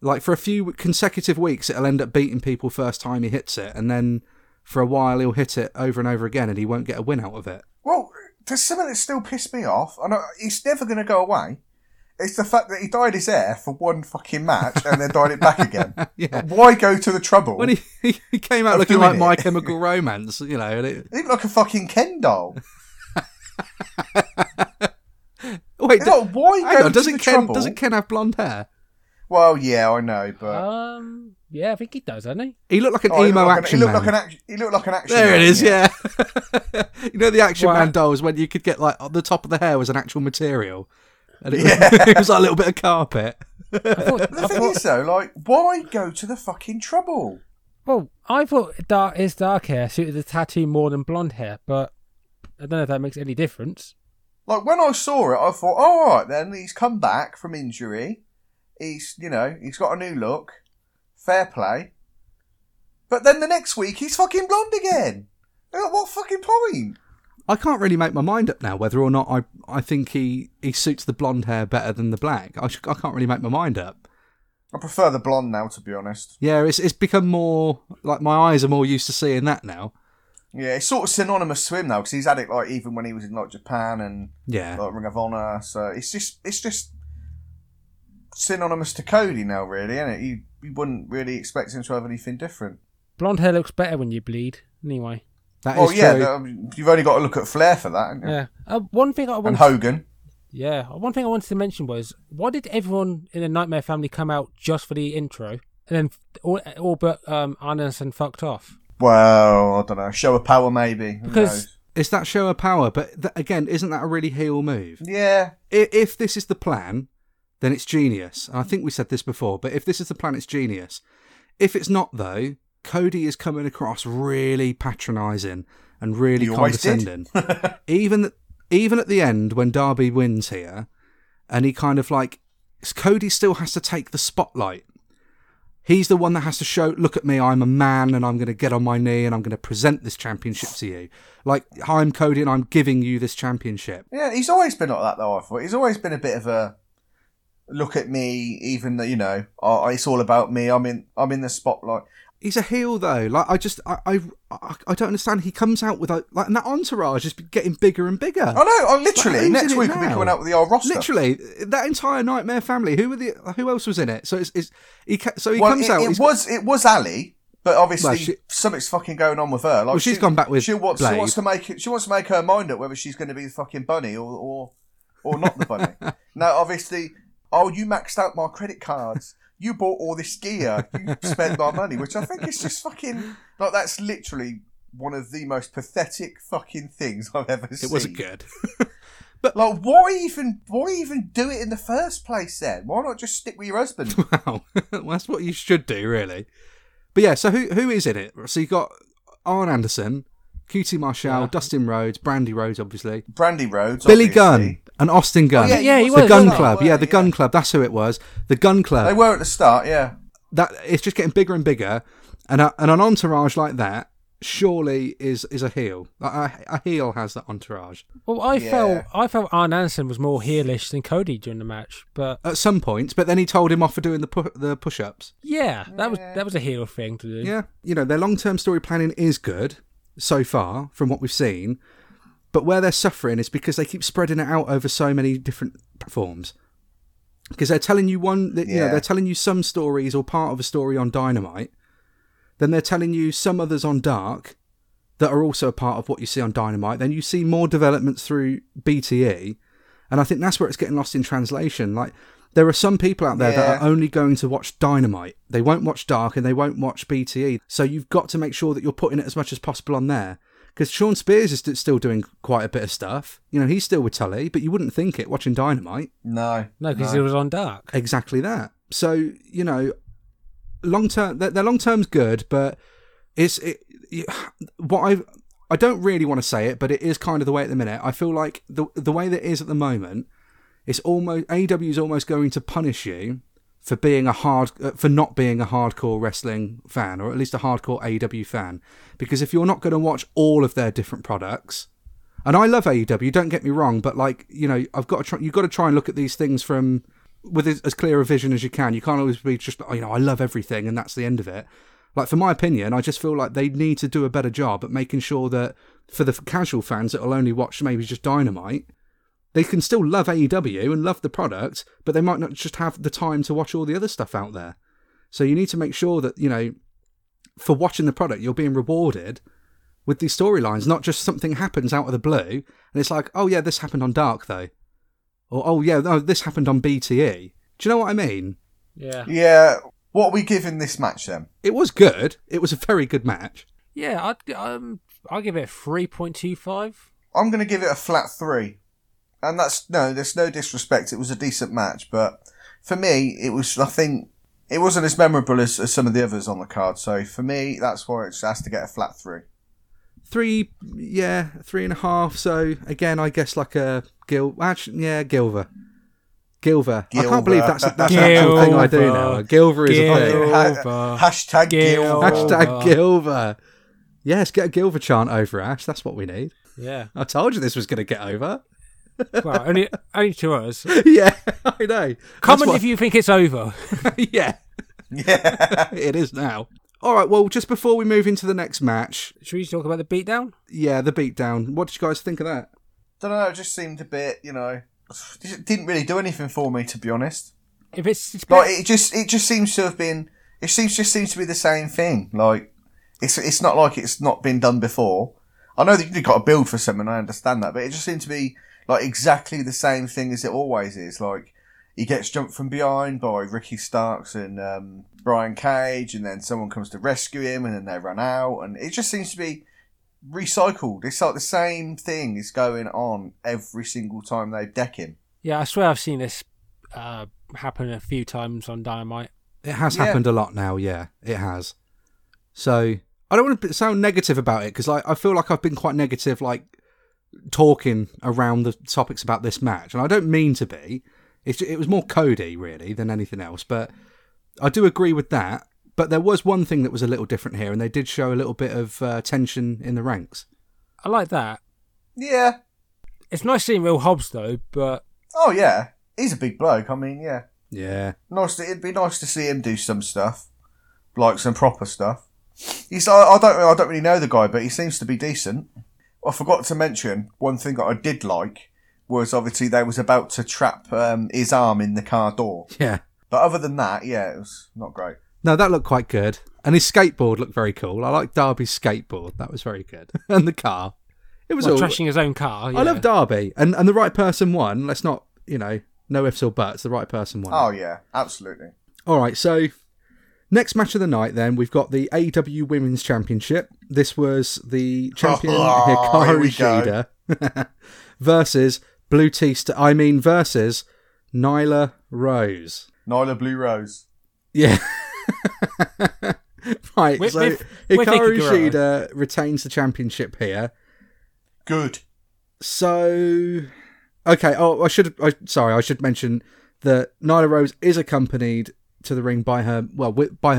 Speaker 1: Like for a few consecutive weeks, it'll end up beating people first time he hits it, and then for a while he'll hit it over and over again, and he won't get a win out of it.
Speaker 6: Well, there's something that still pissed me off, and I- it's never going to go away. It's the fact that he dyed his hair for one fucking match and then dyed it back again.
Speaker 1: Yeah.
Speaker 6: Why go to the trouble?
Speaker 1: when he, he came out
Speaker 6: Of
Speaker 1: looking
Speaker 6: doing
Speaker 1: like My
Speaker 6: it.
Speaker 1: Chemical Romance, you know, and it,
Speaker 6: He looked like a fucking Ken doll.
Speaker 1: wait,
Speaker 6: It's
Speaker 1: do-
Speaker 6: like, why
Speaker 1: hang on,
Speaker 6: go to
Speaker 1: doesn't
Speaker 6: the
Speaker 1: Ken
Speaker 6: trouble?
Speaker 1: doesn't Ken have blonde hair?
Speaker 6: Well, yeah, I know, but
Speaker 2: Um, yeah, I think he does, doesn't he?
Speaker 1: He looked like an
Speaker 6: Oh, he
Speaker 1: emo
Speaker 6: looked like an-
Speaker 1: action
Speaker 6: he looked
Speaker 1: man.
Speaker 6: Like an action, he looked like an action.
Speaker 1: there it
Speaker 6: man,
Speaker 1: is, yeah. you know the action
Speaker 2: Wow.
Speaker 1: man dolls when you could get like the top of the hair was an actual material, and it, was, it was like a little bit of carpet.
Speaker 2: I thought,
Speaker 6: The
Speaker 2: I
Speaker 6: thing
Speaker 2: thought,
Speaker 6: is, though, like, why go to the fucking trouble?
Speaker 2: well, I thought dark his dark hair suited the tattoo more than blonde hair, but I don't know if that makes any difference.
Speaker 6: Like when I saw it, I thought, oh, all right, then he's come back from injury. He's, you know, he's got a new look. Fair play. But then the next week, he's fucking blonde again. Like, what fucking point?
Speaker 1: I can't really make my mind up now whether or not I I think he he suits the blonde hair better than the black. I sh- I can't really make my mind up.
Speaker 6: I prefer the blonde now, to be honest.
Speaker 1: Yeah, it's it's become more like my eyes are more used to seeing that now.
Speaker 6: Yeah, it's sort of synonymous to him now because he's had it like even when he was in like Japan and
Speaker 1: Yeah,
Speaker 6: like Ring of Honor. So it's just it's just synonymous to Cody now, really, isn't it? You you wouldn't really expect him to have anything different.
Speaker 2: Blonde hair looks better when you bleed, anyway.
Speaker 1: that is
Speaker 6: Oh yeah,
Speaker 1: true.
Speaker 6: that- um, you've only got to look at Flair for that, haven't you?
Speaker 2: Yeah. Uh, one thing I
Speaker 6: and
Speaker 2: want,
Speaker 6: Hogan.
Speaker 2: yeah, uh, one thing I wanted to mention was why did everyone in the Nightmare Family come out just for the intro, and then f- all, all but um, Anderson fucked off?
Speaker 6: Well, I don't know. Show of power, maybe. Who
Speaker 2: Because-
Speaker 6: knows?
Speaker 1: It's that show of power, but th- again, isn't that a really heel move?
Speaker 6: yeah,
Speaker 1: I- If this is the plan, then it's genius. And I think we said this before, but if this is the plan, it's genius. If it's not, though, Cody is coming across really patronising and really
Speaker 6: He always did.
Speaker 1: condescending. even even at the end when Darby wins here, and he kind of like Cody still has to take the spotlight. He's the one that has to show, look at me, I'm a man and I'm going to get on my knee and I'm going to present this championship to you. Like, "Hi, I'm Cody and I'm giving you this championship.
Speaker 6: yeah. He's always been like that, though. I thought he's always been a bit of a look at me, even though you know oh, it's all about me. I'm in, I'm in the spotlight.
Speaker 1: He's a heel though. Like, I just, I, I, I, I don't understand. He comes out with a, like, and that entourage is getting bigger and bigger.
Speaker 6: I know. I
Speaker 1: Like,
Speaker 6: Oh, literally
Speaker 1: who's
Speaker 6: next
Speaker 1: in it
Speaker 6: week we'll be
Speaker 1: now?
Speaker 6: coming out with the old roster.
Speaker 1: Literally, that entire Nightmare family. Who were the? Who else was in it? So it's, it's he. ca- So he
Speaker 6: well,
Speaker 1: comes
Speaker 6: it,
Speaker 1: out.
Speaker 6: it
Speaker 1: he's-
Speaker 6: was it was Ali, but obviously
Speaker 1: Well, she-
Speaker 6: something's fucking going on with her. Like
Speaker 1: Well, she's gone back with
Speaker 6: she wants, she
Speaker 1: Blade.
Speaker 6: wants to make it- she wants to make her mind up whether she's going to be the fucking bunny or or, or not the bunny. now, obviously, oh, you maxed out my credit cards. You bought all this gear. You spent my money, which I think is just fucking like that's literally one of the most pathetic fucking things I've ever seen.
Speaker 1: it wasn't good.
Speaker 6: Like, why even why even do it in the first place? Then why not just stick with your husband?
Speaker 1: Wow, well, that's what you should do, really. But yeah, so who who is in it? So you got Arn Anderson, Cutie Marshall, Dustin Rhodes, Brandy Rhodes, obviously,
Speaker 6: Brandy Rhodes,
Speaker 1: Billy
Speaker 6: obviously.
Speaker 1: Gunn, and Austin Gunn.
Speaker 6: Oh, yeah,
Speaker 2: yeah, he
Speaker 1: the
Speaker 2: was,
Speaker 1: Gun
Speaker 2: wasn't he?
Speaker 1: Club, yeah, the
Speaker 6: Yeah.
Speaker 1: Gun Club. That's who it was. The Gun
Speaker 6: They
Speaker 1: Club.
Speaker 6: were at the start, yeah.
Speaker 1: That it's just getting bigger and bigger, and a, and an entourage like that surely is is a heel. Like, A, a heel has that entourage
Speaker 2: Well, I felt
Speaker 6: Yeah.
Speaker 2: I felt Arn Anderson was more heelish than Cody during the match, but uh,
Speaker 1: at some points, but then he told him off for doing the pu- the push ups.
Speaker 2: yeah, that was that was a heel thing to do.
Speaker 1: Yeah, you know, their long term story planning is good so far from what we've seen, but where they're suffering is because they keep spreading it out over so many different platforms. Because they're telling you one, that you know,
Speaker 6: Yeah.
Speaker 1: they're telling you some stories or part of a story on Dynamite, then they're telling you some others on Dark that are also a part of what you see on Dynamite. Then you see more developments through BTE, and I think that's where it's getting lost in translation. Like there are some people out there that
Speaker 6: Yeah.
Speaker 1: are only going to watch Dynamite. They won't watch Dark and they won't watch BTE. So you've got to make sure that you're putting it as much as possible on there. Because Sean Spears is st- still doing quite a bit of stuff. You know, he's still with Tully, but you wouldn't think it watching Dynamite.
Speaker 6: No.
Speaker 2: No, because he was on dark.
Speaker 1: Exactly that. So you know, long term, their, their long term's good, but it's it, you- what I I don't really want to say it, but it is kind of the way at the minute. I feel like the the way that it is at the moment, it's almost AEW is almost going to punish you for being a hard uh, for not being a hardcore wrestling fan or at least a hardcore AEW fan because if you're not going to watch all of their different products and I love AEW don't get me wrong but like you know I've got to try you've got to try and look at these things from with as, as clear a vision as you can you can't always be just oh, you know I love everything and that's the end of it like for my opinion I just feel like they need to do a better job at making sure that for the casual fans that will only watch maybe just Dynamite they can still love AEW and love the product, but they might not just have the time to watch all the other stuff out there. So you need to make sure that, you know, for watching the product, you're being rewarded with these storylines, not just something happens out of the blue and it's like, oh yeah, this happened on Dark though. Or oh yeah, no, this happened on BTE. Do you know what I mean?
Speaker 6: Yeah.
Speaker 2: Yeah. What are we giving this match then?
Speaker 1: It was good. It was a very good match.
Speaker 6: Yeah, I'd, g- um, I'll give it 3.25.
Speaker 2: I'm going to give it a flat three. And that's no, there's no disrespect. It was a decent match, but for me, it was, I think, it wasn't as memorable as, as some of the others on the card. So for me, that's why it has to get a flat three.
Speaker 1: Three, yeah, three and a half. So again, I guess like a Gil, actually, yeah, Gilver. Gilver. I can't
Speaker 2: Gilver.
Speaker 1: believe that's that's an actual thing I do
Speaker 6: Gilver.
Speaker 1: now. A Gilver is a thing.
Speaker 6: Gil-
Speaker 2: Ha-
Speaker 6: Gilver.
Speaker 2: hashtag Gil.
Speaker 6: Gil.
Speaker 1: Hashtag
Speaker 6: Gilver.
Speaker 1: Gilver. Yes, get a Gilver chant over, Ash. That's what we need.
Speaker 6: Yeah.
Speaker 1: I told you this was going to get over.
Speaker 6: Well, only, only to us.
Speaker 1: yeah, I know.
Speaker 6: Comment
Speaker 1: That's
Speaker 6: if you think it's over.
Speaker 1: what- yeah,
Speaker 2: Yeah.
Speaker 1: it is now. All right, well, just before we move into the next match,
Speaker 6: Should we talk about the beatdown? um,
Speaker 1: uh,
Speaker 2: uh,
Speaker 6: Oh, um, Oh.
Speaker 1: E oh, Oh, Oh, Oh, Oh,
Speaker 6: Oh, Um, oh. um, "Oh, um,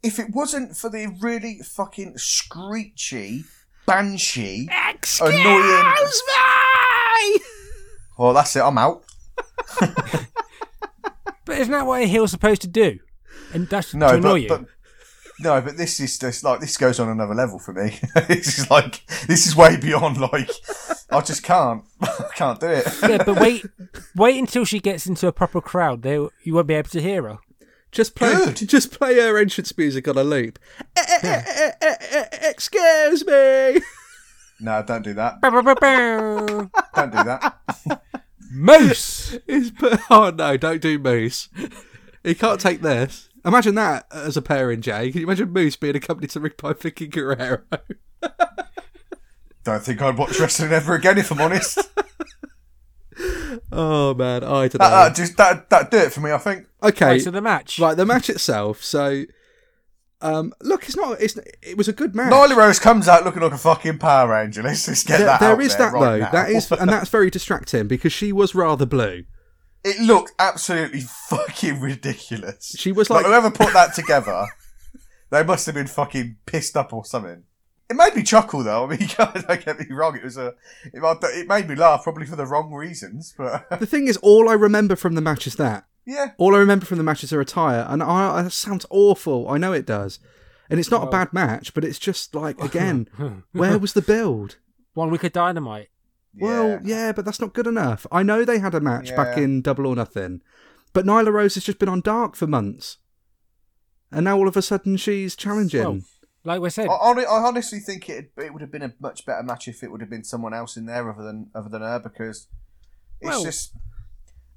Speaker 6: if it wasn't for the really fucking screechy banshee
Speaker 1: Excuse
Speaker 6: annoying.
Speaker 1: me!
Speaker 6: Well, that's it. I'm out.
Speaker 2: But isn't that what a heel's supposed to do? And that's
Speaker 6: No,
Speaker 2: to
Speaker 6: but,
Speaker 2: annoy you.
Speaker 6: but no, but this is just like this goes on another level for me. this is like this is way beyond. Like I just can't, I can't do it.
Speaker 2: yeah, but wait, wait until she gets into a proper crowd. They, you won't be able to hear her.
Speaker 1: Just play,
Speaker 6: Good.
Speaker 1: just play her entrance music on a loop. Eh, eh, eh, eh, eh, eh, Excuse me.
Speaker 6: no, don't do that.
Speaker 2: Bow, bow, bow, bow.
Speaker 6: Don't do that.
Speaker 2: Moose.
Speaker 1: It's put, oh no, don't do Moose. He can't take this. Imagine that as a pairing, Jay. Can you imagine Moose being accompanied to Rick by fucking Guerrero?
Speaker 6: Don't think I'd watch wrestling ever again if I'm honest. That,
Speaker 1: Oh man, I don't know.
Speaker 6: that Uh, just that that do it for me. I think.
Speaker 1: okay,
Speaker 2: Right, so the match.
Speaker 1: right, the match itself. So, um, look, it's not. It's it was a good match.
Speaker 6: Nyla Rose comes out looking like a fucking Power Ranger. Let's just get
Speaker 1: There-
Speaker 6: that out
Speaker 1: there is
Speaker 6: there
Speaker 1: that
Speaker 6: right
Speaker 1: though.
Speaker 6: now.
Speaker 1: That is, and that's very distracting because she was rather blue.
Speaker 6: It looked absolutely fucking ridiculous.
Speaker 1: She was like-
Speaker 6: whoever put that together, they must have been fucking pissed up or something. It made me chuckle though. I mean, don't get me wrong. It was a, it, it made me laugh probably for the wrong reasons, but
Speaker 1: The thing is, all I remember from the match is that.
Speaker 6: yeah,
Speaker 1: All I remember from the match is her attire, and I, I that sounds awful. I know it does, and it's not a bad match, but it's just like again, where was the build?
Speaker 2: One week of dynamite.
Speaker 1: Well, yeah, but that's not good enough. I know they had a match back
Speaker 6: Yeah.
Speaker 1: in Double or Nothing, but Nyla Rose has just been on Dark for months, and now all of a sudden she's challenging.
Speaker 2: Well, like we said,
Speaker 1: Oh.
Speaker 6: I, hon- I honestly think it it would have been a much better match if it would have been someone else in there other than other than her because it's
Speaker 2: Well-
Speaker 6: just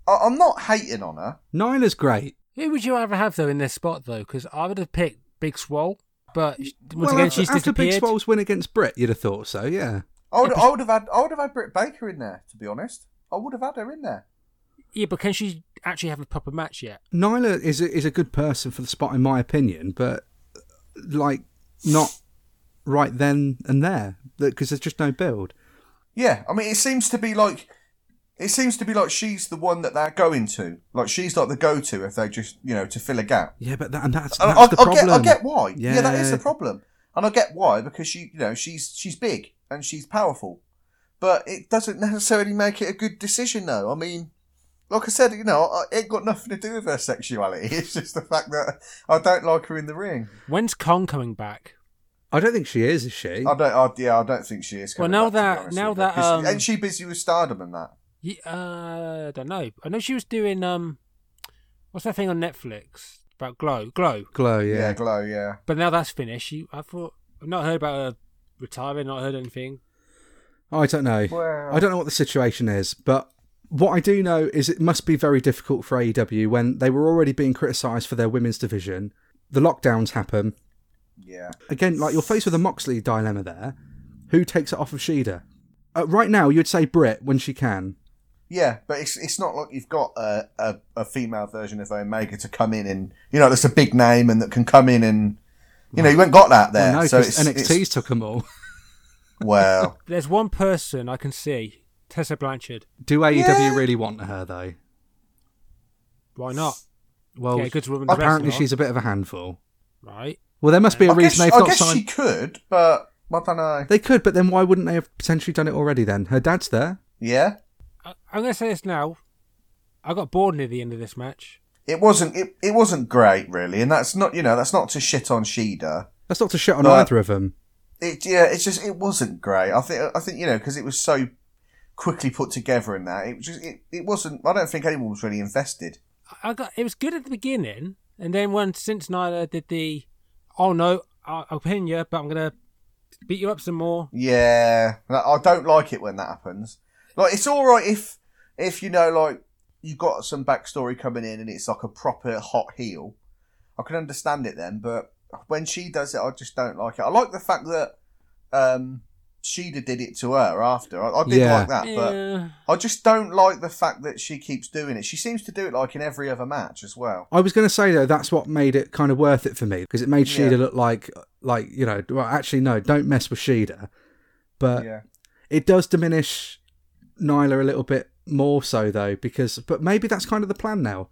Speaker 6: I, I'm not hating on her.
Speaker 1: Nyla's great.
Speaker 2: who would you rather have though in this spot though? Because I would have picked Big Swole, but sh- once
Speaker 1: well,
Speaker 2: again
Speaker 1: after,
Speaker 2: she's
Speaker 1: after Big
Speaker 2: disappeared.
Speaker 1: Swole's win against Britt, you'd have thought so. Yeah,
Speaker 6: I would,
Speaker 2: Yeah, but-
Speaker 6: I would have had I would have had Britt Baker in there to be honest. I would have had her in there.
Speaker 2: Yeah, but can she actually have a proper match yet?
Speaker 1: Nyla is a, is a good person for the spot, in my opinion, but like not right then and there because there's just no build.
Speaker 6: Yeah, I mean, it seems to be like it seems to be like she's the one that they're going to. Like she's like the go-to if they just you know to fill a gap.
Speaker 1: Yeah, but that, and that's,
Speaker 6: And
Speaker 1: that's
Speaker 6: I,
Speaker 1: the
Speaker 6: I,
Speaker 1: problem.
Speaker 6: get, I get why. Yeah. that is
Speaker 1: Yeah.
Speaker 6: the problem, and I get why because she you know she's she's big and she's powerful, but it doesn't necessarily make it a good decision though. I mean. Like I said, you know, I- it got nothing to do with her sexuality. It's just the fact that I don't like her in the ring.
Speaker 2: When's Kong coming back?
Speaker 1: I don't think she is, is she?
Speaker 6: I don't. I, yeah, I don't think she is.
Speaker 2: Well,
Speaker 6: coming
Speaker 2: now
Speaker 6: back, to be
Speaker 2: that-
Speaker 6: honest
Speaker 2: now
Speaker 6: with you,
Speaker 2: that,
Speaker 6: 'cause-
Speaker 2: um,
Speaker 6: ain't she busy with Stardom and that?
Speaker 2: Ye- uh, I don't know. I know she was doing um, what's that thing on Netflix about Glow? Glow.
Speaker 1: Glow,
Speaker 6: Yeah,
Speaker 1: yeah.
Speaker 6: Glow. Yeah.
Speaker 2: But now that's finished. She, I thought I've not heard about her retiring. Not heard anything.
Speaker 1: I don't know.
Speaker 6: Well-
Speaker 1: I don't know what the situation is, but what I do know is it must be very difficult for AEW when they were already being criticised for their women's division. The lockdowns happen.
Speaker 6: Yeah.
Speaker 1: Again, like you're faced with a Moxley dilemma there. Who takes it off of Sheeda? Uh, right now, you'd say Britt when she can.
Speaker 6: Yeah, but it's it's not like you've got a, a, a female version of Omega to come in and you know that's a big name and that can come in and you know you haven't got that there.
Speaker 1: Well, Oh, no,
Speaker 6: so
Speaker 1: because
Speaker 6: it's,
Speaker 1: NXT's
Speaker 6: it's-
Speaker 1: took them all.
Speaker 6: well,
Speaker 2: There's one person I can see, Tessa Blanchard.
Speaker 1: Do AEW
Speaker 6: Yeah.
Speaker 1: really want her though?
Speaker 2: Why not?
Speaker 1: Well,
Speaker 2: yeah, good woman.
Speaker 1: Oh, apparently she's a bit of a handful.
Speaker 2: right.
Speaker 1: Well, there must be a
Speaker 6: I guess,
Speaker 1: reason
Speaker 6: I
Speaker 1: they've not
Speaker 6: guess
Speaker 1: signed.
Speaker 6: she could, but I don't know.
Speaker 1: They could, but then why wouldn't they have potentially done it already? Then her dad's there.
Speaker 6: Yeah,
Speaker 2: I, I'm gonna say this now. I got bored near the end of this match.
Speaker 6: it wasn't it, it wasn't great really, and that's not you know that's not to shit on Sheeda.
Speaker 1: That's not to shit on
Speaker 6: But-
Speaker 1: either of them.
Speaker 6: It yeah, it's just it wasn't great. I think I think you know because it was so quickly put together and that it was just it, it wasn't. I don't think anyone was really invested.
Speaker 2: I, I got it was good at the beginning, and then when since Nyla did the, oh no, I, I'll pin you, but I'm gonna beat you up some more.
Speaker 6: Yeah, like, I don't like it when that happens. Like it's all right if if you know like you got some backstory coming in and it's like a proper hot heel. I can understand it then, but when she does it, I just don't like it. I like the fact that um Sheeda did it to her after. I, I did
Speaker 1: Yeah.
Speaker 6: like that,
Speaker 2: Yeah.
Speaker 6: but I just don't like the fact that she keeps doing it. She seems to do it like in every other match as well.
Speaker 1: I was going to say though, that's what made it kind of worth it for me because it made
Speaker 6: Yeah.
Speaker 1: Sheeda look like, like you know, well, actually no, don't mess with Sheeda, but
Speaker 6: Yeah.
Speaker 1: it does diminish Nyla a little bit more so though because, but maybe that's kind of the plan now.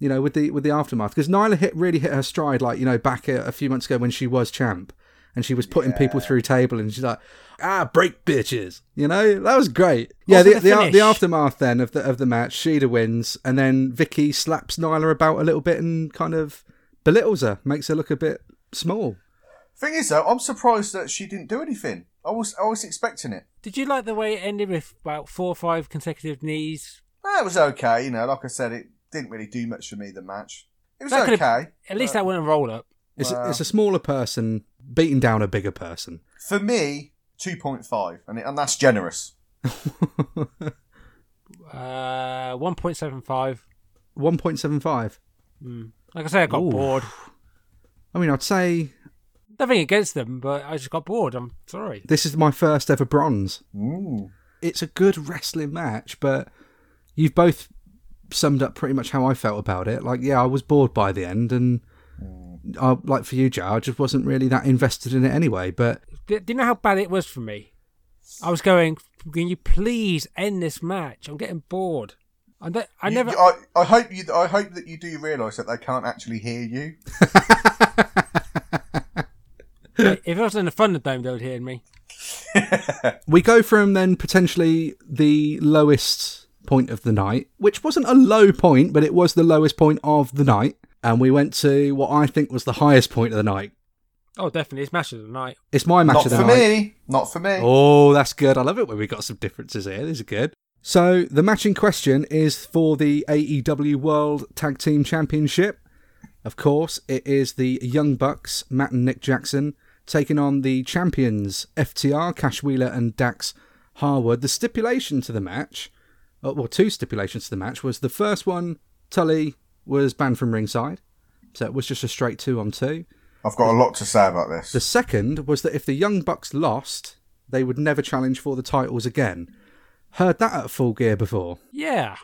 Speaker 1: you know, with the with the aftermath. Because Nyla hit really hit her stride, like you know, back a, a few months ago when she was champ, and she was putting people through table, and she's like, ah, break bitches, you know, that was great. Yeah,
Speaker 2: Also
Speaker 1: the
Speaker 2: the
Speaker 1: the, a-
Speaker 2: finish.
Speaker 1: the aftermath then of the of the match, Sheeda wins, and then Vicky slaps Nyla about a little bit and kind of belittles her, makes her look a bit small.
Speaker 6: Thing is, though, I'm surprised that she didn't do anything. I was, I was expecting it.
Speaker 2: Did you like the way it ended with about four or five consecutive knees?
Speaker 6: No, it was okay. You know, like I said, it didn't really do much for me. The match, it was
Speaker 2: That could've-
Speaker 6: okay.
Speaker 2: At least that wouldn't roll up.
Speaker 1: It's a, it's a smaller person beating down a bigger person.
Speaker 6: For me, two point five, and it, and that's generous.
Speaker 2: Uh, 1.75.
Speaker 1: One point seven five.
Speaker 2: Like I say, I got
Speaker 1: Ooh.
Speaker 2: bored.
Speaker 1: I mean, I'd say
Speaker 2: Nothing against them, but I just got bored. I'm sorry.
Speaker 1: this is my first ever bronze.
Speaker 6: Ooh.
Speaker 1: It's a good wrestling match, but you've both summed up pretty much how I felt about it. Like, yeah, I was bored by the end, and I, like for you, Jar, I just wasn't really that invested in it anyway. But
Speaker 2: Do, do you know how bad it was for me? I was going, can you please end this match? I'm getting bored. I, don't, I
Speaker 6: You-
Speaker 2: never.
Speaker 6: you- I, I hope you. I hope that you do realise that they can't actually hear you.
Speaker 2: if I was in the Thunderdome, they would hear me.
Speaker 1: we go from then potentially the lowest point of the night, which wasn't a low point, but it was the lowest point of the night, and we went to what I think was the highest point of the night.
Speaker 2: Oh, definitely. It's match of the night.
Speaker 1: It's my match
Speaker 6: Not
Speaker 1: of the
Speaker 6: for
Speaker 1: night.
Speaker 6: me. Not for me.
Speaker 1: Oh, that's good. I love it when we got some differences here. These are good. So the match in question is for the AEW World Tag Team Championship. Of course, it is the Young Bucks, Matt and Nick Jackson, taking on the champions FTR, Cash Wheeler and Dax Harwood. The stipulation to the match, uh, well, two stipulations to the match was the first one, Tully was banned from ringside, so it was just a straight two on two.
Speaker 6: I've got a lot to say about this.
Speaker 1: The second was that if the Young Bucks lost, they would never challenge for the titles again. Heard that at full gear before.
Speaker 2: Yeah.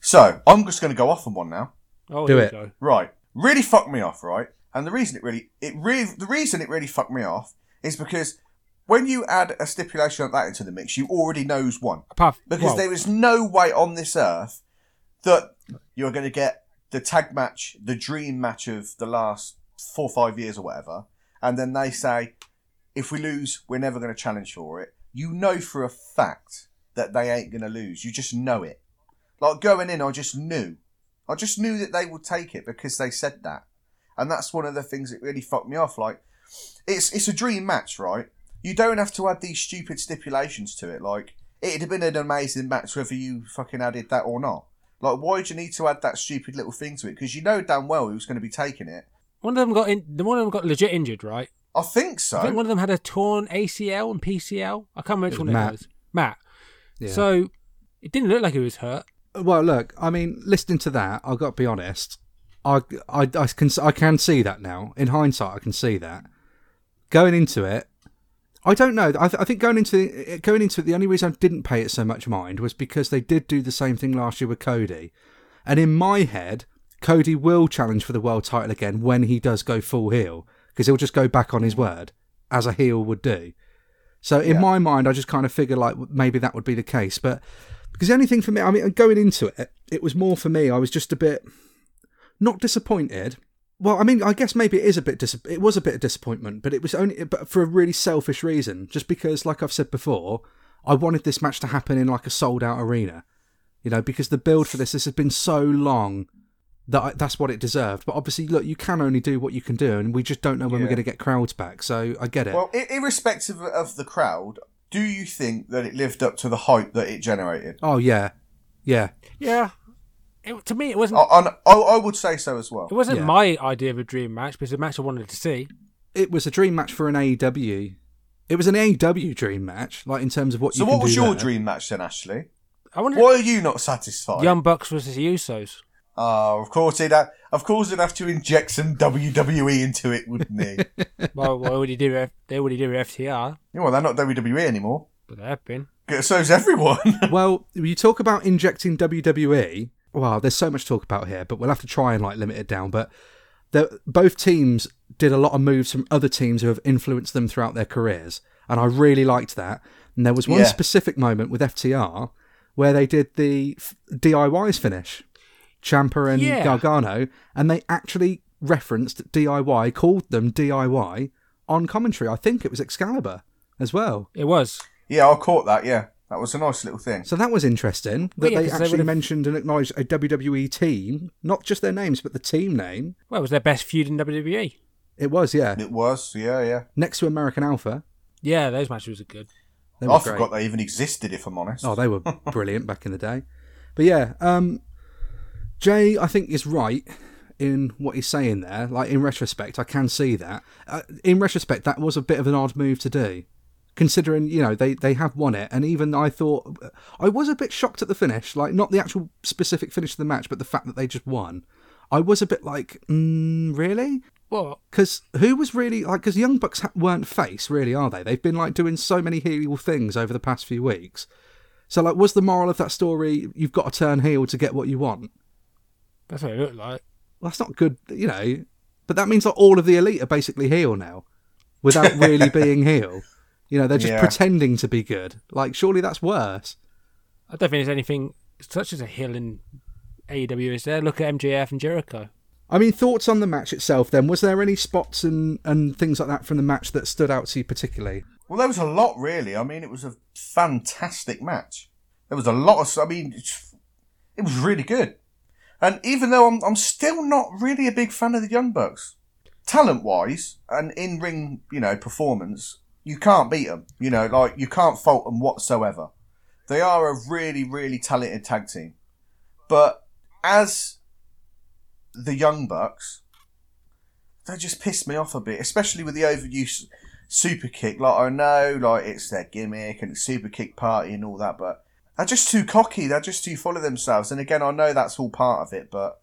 Speaker 6: So I'm just going to go off on one now.
Speaker 2: Oh,
Speaker 1: Do
Speaker 2: here we
Speaker 1: it.
Speaker 2: go.
Speaker 6: Right. Really fucked me off, right? And the reason it really it really the reason it really fucked me off is because when you add a stipulation like that into the mix, you already know who's won.
Speaker 2: Apart from,
Speaker 6: Because there is no way on this earth that you're going to get the tag match, the dream match of the last four or five years or whatever, and then they say, if we lose, we're never going to challenge for it. You know for a fact that they ain't going to lose. You just know it. Like going in, I just knew. I just knew that they would take it because they said that. And that's one of the things that really fucked me off. Like, it's it's a dream match, right? You don't have to add these stupid stipulations to it. Like it'd have been an amazing match whether you fucking added that or not. Like why'd you need to add that stupid little thing to it? Because you know damn well who's going to be taking it.
Speaker 2: one of them got in. The one of them got legit injured, right?
Speaker 6: I think so.
Speaker 2: I think one of them had a torn ACL and PCL. I can't remember which
Speaker 1: It was
Speaker 2: one it
Speaker 1: Matt.
Speaker 2: was. Matt.
Speaker 1: Yeah.
Speaker 2: So it didn't look like he was hurt.
Speaker 1: well, look, I mean, listening to that, I've got to be honest. I, I, I can I can see that now. In hindsight, I can see that. Going into it, I don't know. I, th- I think going into it, going into it, the only reason I didn't pay it so much mind was because they did do the same thing last year with Cody, and in my head, Cody will challenge for the world title again when he does go full heel because he'll just go back on his word as a heel would do. So in my mind, I just kind of figured like maybe that would be the case, but because the only thing for me, I mean, going into it, it was more for me. I was just a bit not disappointed. Well, I mean, I guess maybe it is a bit. Dis- it was a bit of disappointment, but it was only but for a really selfish reason. Just because, like I've said before, I wanted this match to happen in like a sold out arena. You know, because the build for this this has been so long that I, that's what it deserved. But obviously, look, you can only do what you can do, and we just don't know when we're
Speaker 6: Yeah.
Speaker 1: going to get crowds back. So I get it.
Speaker 6: Well, i- irrespective of- of the crowd, do you think that it lived up to the hype that it generated?
Speaker 1: oh yeah, yeah.
Speaker 2: Yeah. It, to me, it
Speaker 6: I,
Speaker 2: wasn't.
Speaker 6: I, I I would say so as well.
Speaker 2: It wasn't
Speaker 1: Yeah.
Speaker 2: my idea of a dream match, but it's a match I wanted to see.
Speaker 1: it was a dream match for an AEW. It was an AEW dream match, like in terms of what
Speaker 6: So
Speaker 1: you. can
Speaker 6: what was
Speaker 1: do
Speaker 6: your
Speaker 1: there.
Speaker 6: dream match then, Ashley?
Speaker 2: I wanted
Speaker 6: Why are you not satisfied?
Speaker 2: Young Bucks versus the Usos.
Speaker 6: Oh, of course he'd have, of course he'd have to inject some WWE into it, wouldn't he?
Speaker 2: well, why would he do? F- they already do FTR,
Speaker 6: Yeah, well, they're not WWE anymore.
Speaker 2: but they have been.
Speaker 6: So's everyone.
Speaker 1: Well, you talk about injecting WWE. Wow, there's so much to talk about here, but we'll have to try and like limit it down. But the, both teams did a lot of moves from other teams who have influenced them throughout their careers, and I really liked that. And there was one
Speaker 6: Yeah.
Speaker 1: specific moment with FTR where they did the f- DIY's finish. Champa and
Speaker 2: Yeah.
Speaker 1: Gargano, and they actually referenced DIY, called them DIY on commentary. I think it was Excalibur as well.
Speaker 2: It was.
Speaker 6: Yeah, I caught that. Yeah, that was a nice little thing.
Speaker 1: So that was interesting that
Speaker 2: Well, yeah,
Speaker 1: they
Speaker 2: 'cause they
Speaker 1: actually
Speaker 2: would've-
Speaker 1: mentioned and acknowledged a WWE team, not just their names, but the team name.
Speaker 2: Well, it was their best feud in E. WWE.
Speaker 1: It was, yeah.
Speaker 6: It was. Yeah, yeah.
Speaker 1: Next to American Alpha.
Speaker 2: Yeah, those matches were good.
Speaker 1: They were
Speaker 6: Oh, I
Speaker 1: great.
Speaker 6: forgot they even existed. If I'm honest.
Speaker 1: Oh, they were brilliant back in the day. But yeah, um, Jay, I think is right in what he's saying there. Like in retrospect, I can see that. Uh, in retrospect, that was a bit of an odd move to do, considering you know they they have won it, and even I thought I was a bit shocked at the finish. Like not the actual specific finish of the match, but the fact that they just won. I was a bit like, mm, really?
Speaker 2: Well,
Speaker 1: Because who was really like? Because Young Bucks ha- weren't face, really, are they? They've been like doing so many heel things over the past few weeks. So, like, was the moral of that story you've got to turn heel to get what you want?
Speaker 2: that's what it looked like.
Speaker 1: Well, that's not good, you know. But that means like all of the elite are basically heel now, without really being heel. You know, they're just
Speaker 6: Yeah.
Speaker 1: pretending to be good. Like, surely that's worse.
Speaker 2: I don't think there's anything such as a hill in AEW is there. Look at MJF and Jericho.
Speaker 1: I mean, thoughts on the match itself? Then, was there any spots and and things like that from the match that stood out to you particularly?
Speaker 6: Well, there was a lot, really. I mean, it was a fantastic match. There was a lot of. I mean, it's- it was really good. And even though I'm, I'm still not really a big fan of the Young Bucks, talent wise and in ring, you know, performance, you can't beat them. You know, like you can't fault them whatsoever. They are a really, really talented tag team. But as the Young Bucks, they just pissed me off a bit, especially with the overuse super kick. Like I know, like it's their gimmick and it's super kick party and all that, but they're just too cocky. They're just too full of themselves. And again, I know that's all part of it, but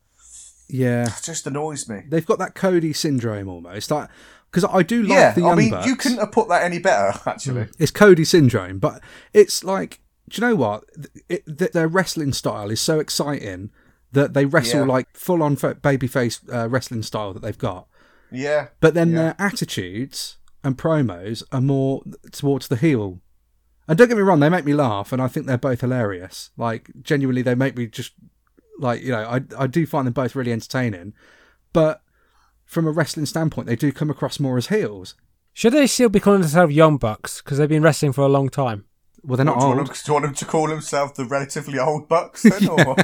Speaker 1: Yeah,
Speaker 6: it just annoys me.
Speaker 1: they've got that Cody syndrome almost. Like, because I do like
Speaker 6: yeah,
Speaker 1: the Young
Speaker 6: I mean, you
Speaker 1: Bucks. Mm.
Speaker 6: couldn't have put that any better, actually.
Speaker 1: It's Cody syndrome, but it's like, do you know what? Th- It, th- their wrestling style is so exciting that they wrestle
Speaker 6: Yeah.
Speaker 1: like full on fo- babyface uh, wrestling style that they've got.
Speaker 6: Yeah,
Speaker 1: But then their attitudes and promos are more towards the heel. And don't get me wrong, they make me laugh, and I think they're both hilarious. Like genuinely, they make me just like you know, I I do find them both really entertaining. But from a wrestling standpoint, they do come across more as heels.
Speaker 2: Should they still be calling themselves Young Bucks because they've been wrestling for a long time?
Speaker 1: Well, they're
Speaker 6: Do
Speaker 1: not
Speaker 6: you, want
Speaker 1: old.
Speaker 6: him, do you want him to call himself the relatively old Bucks then? Or?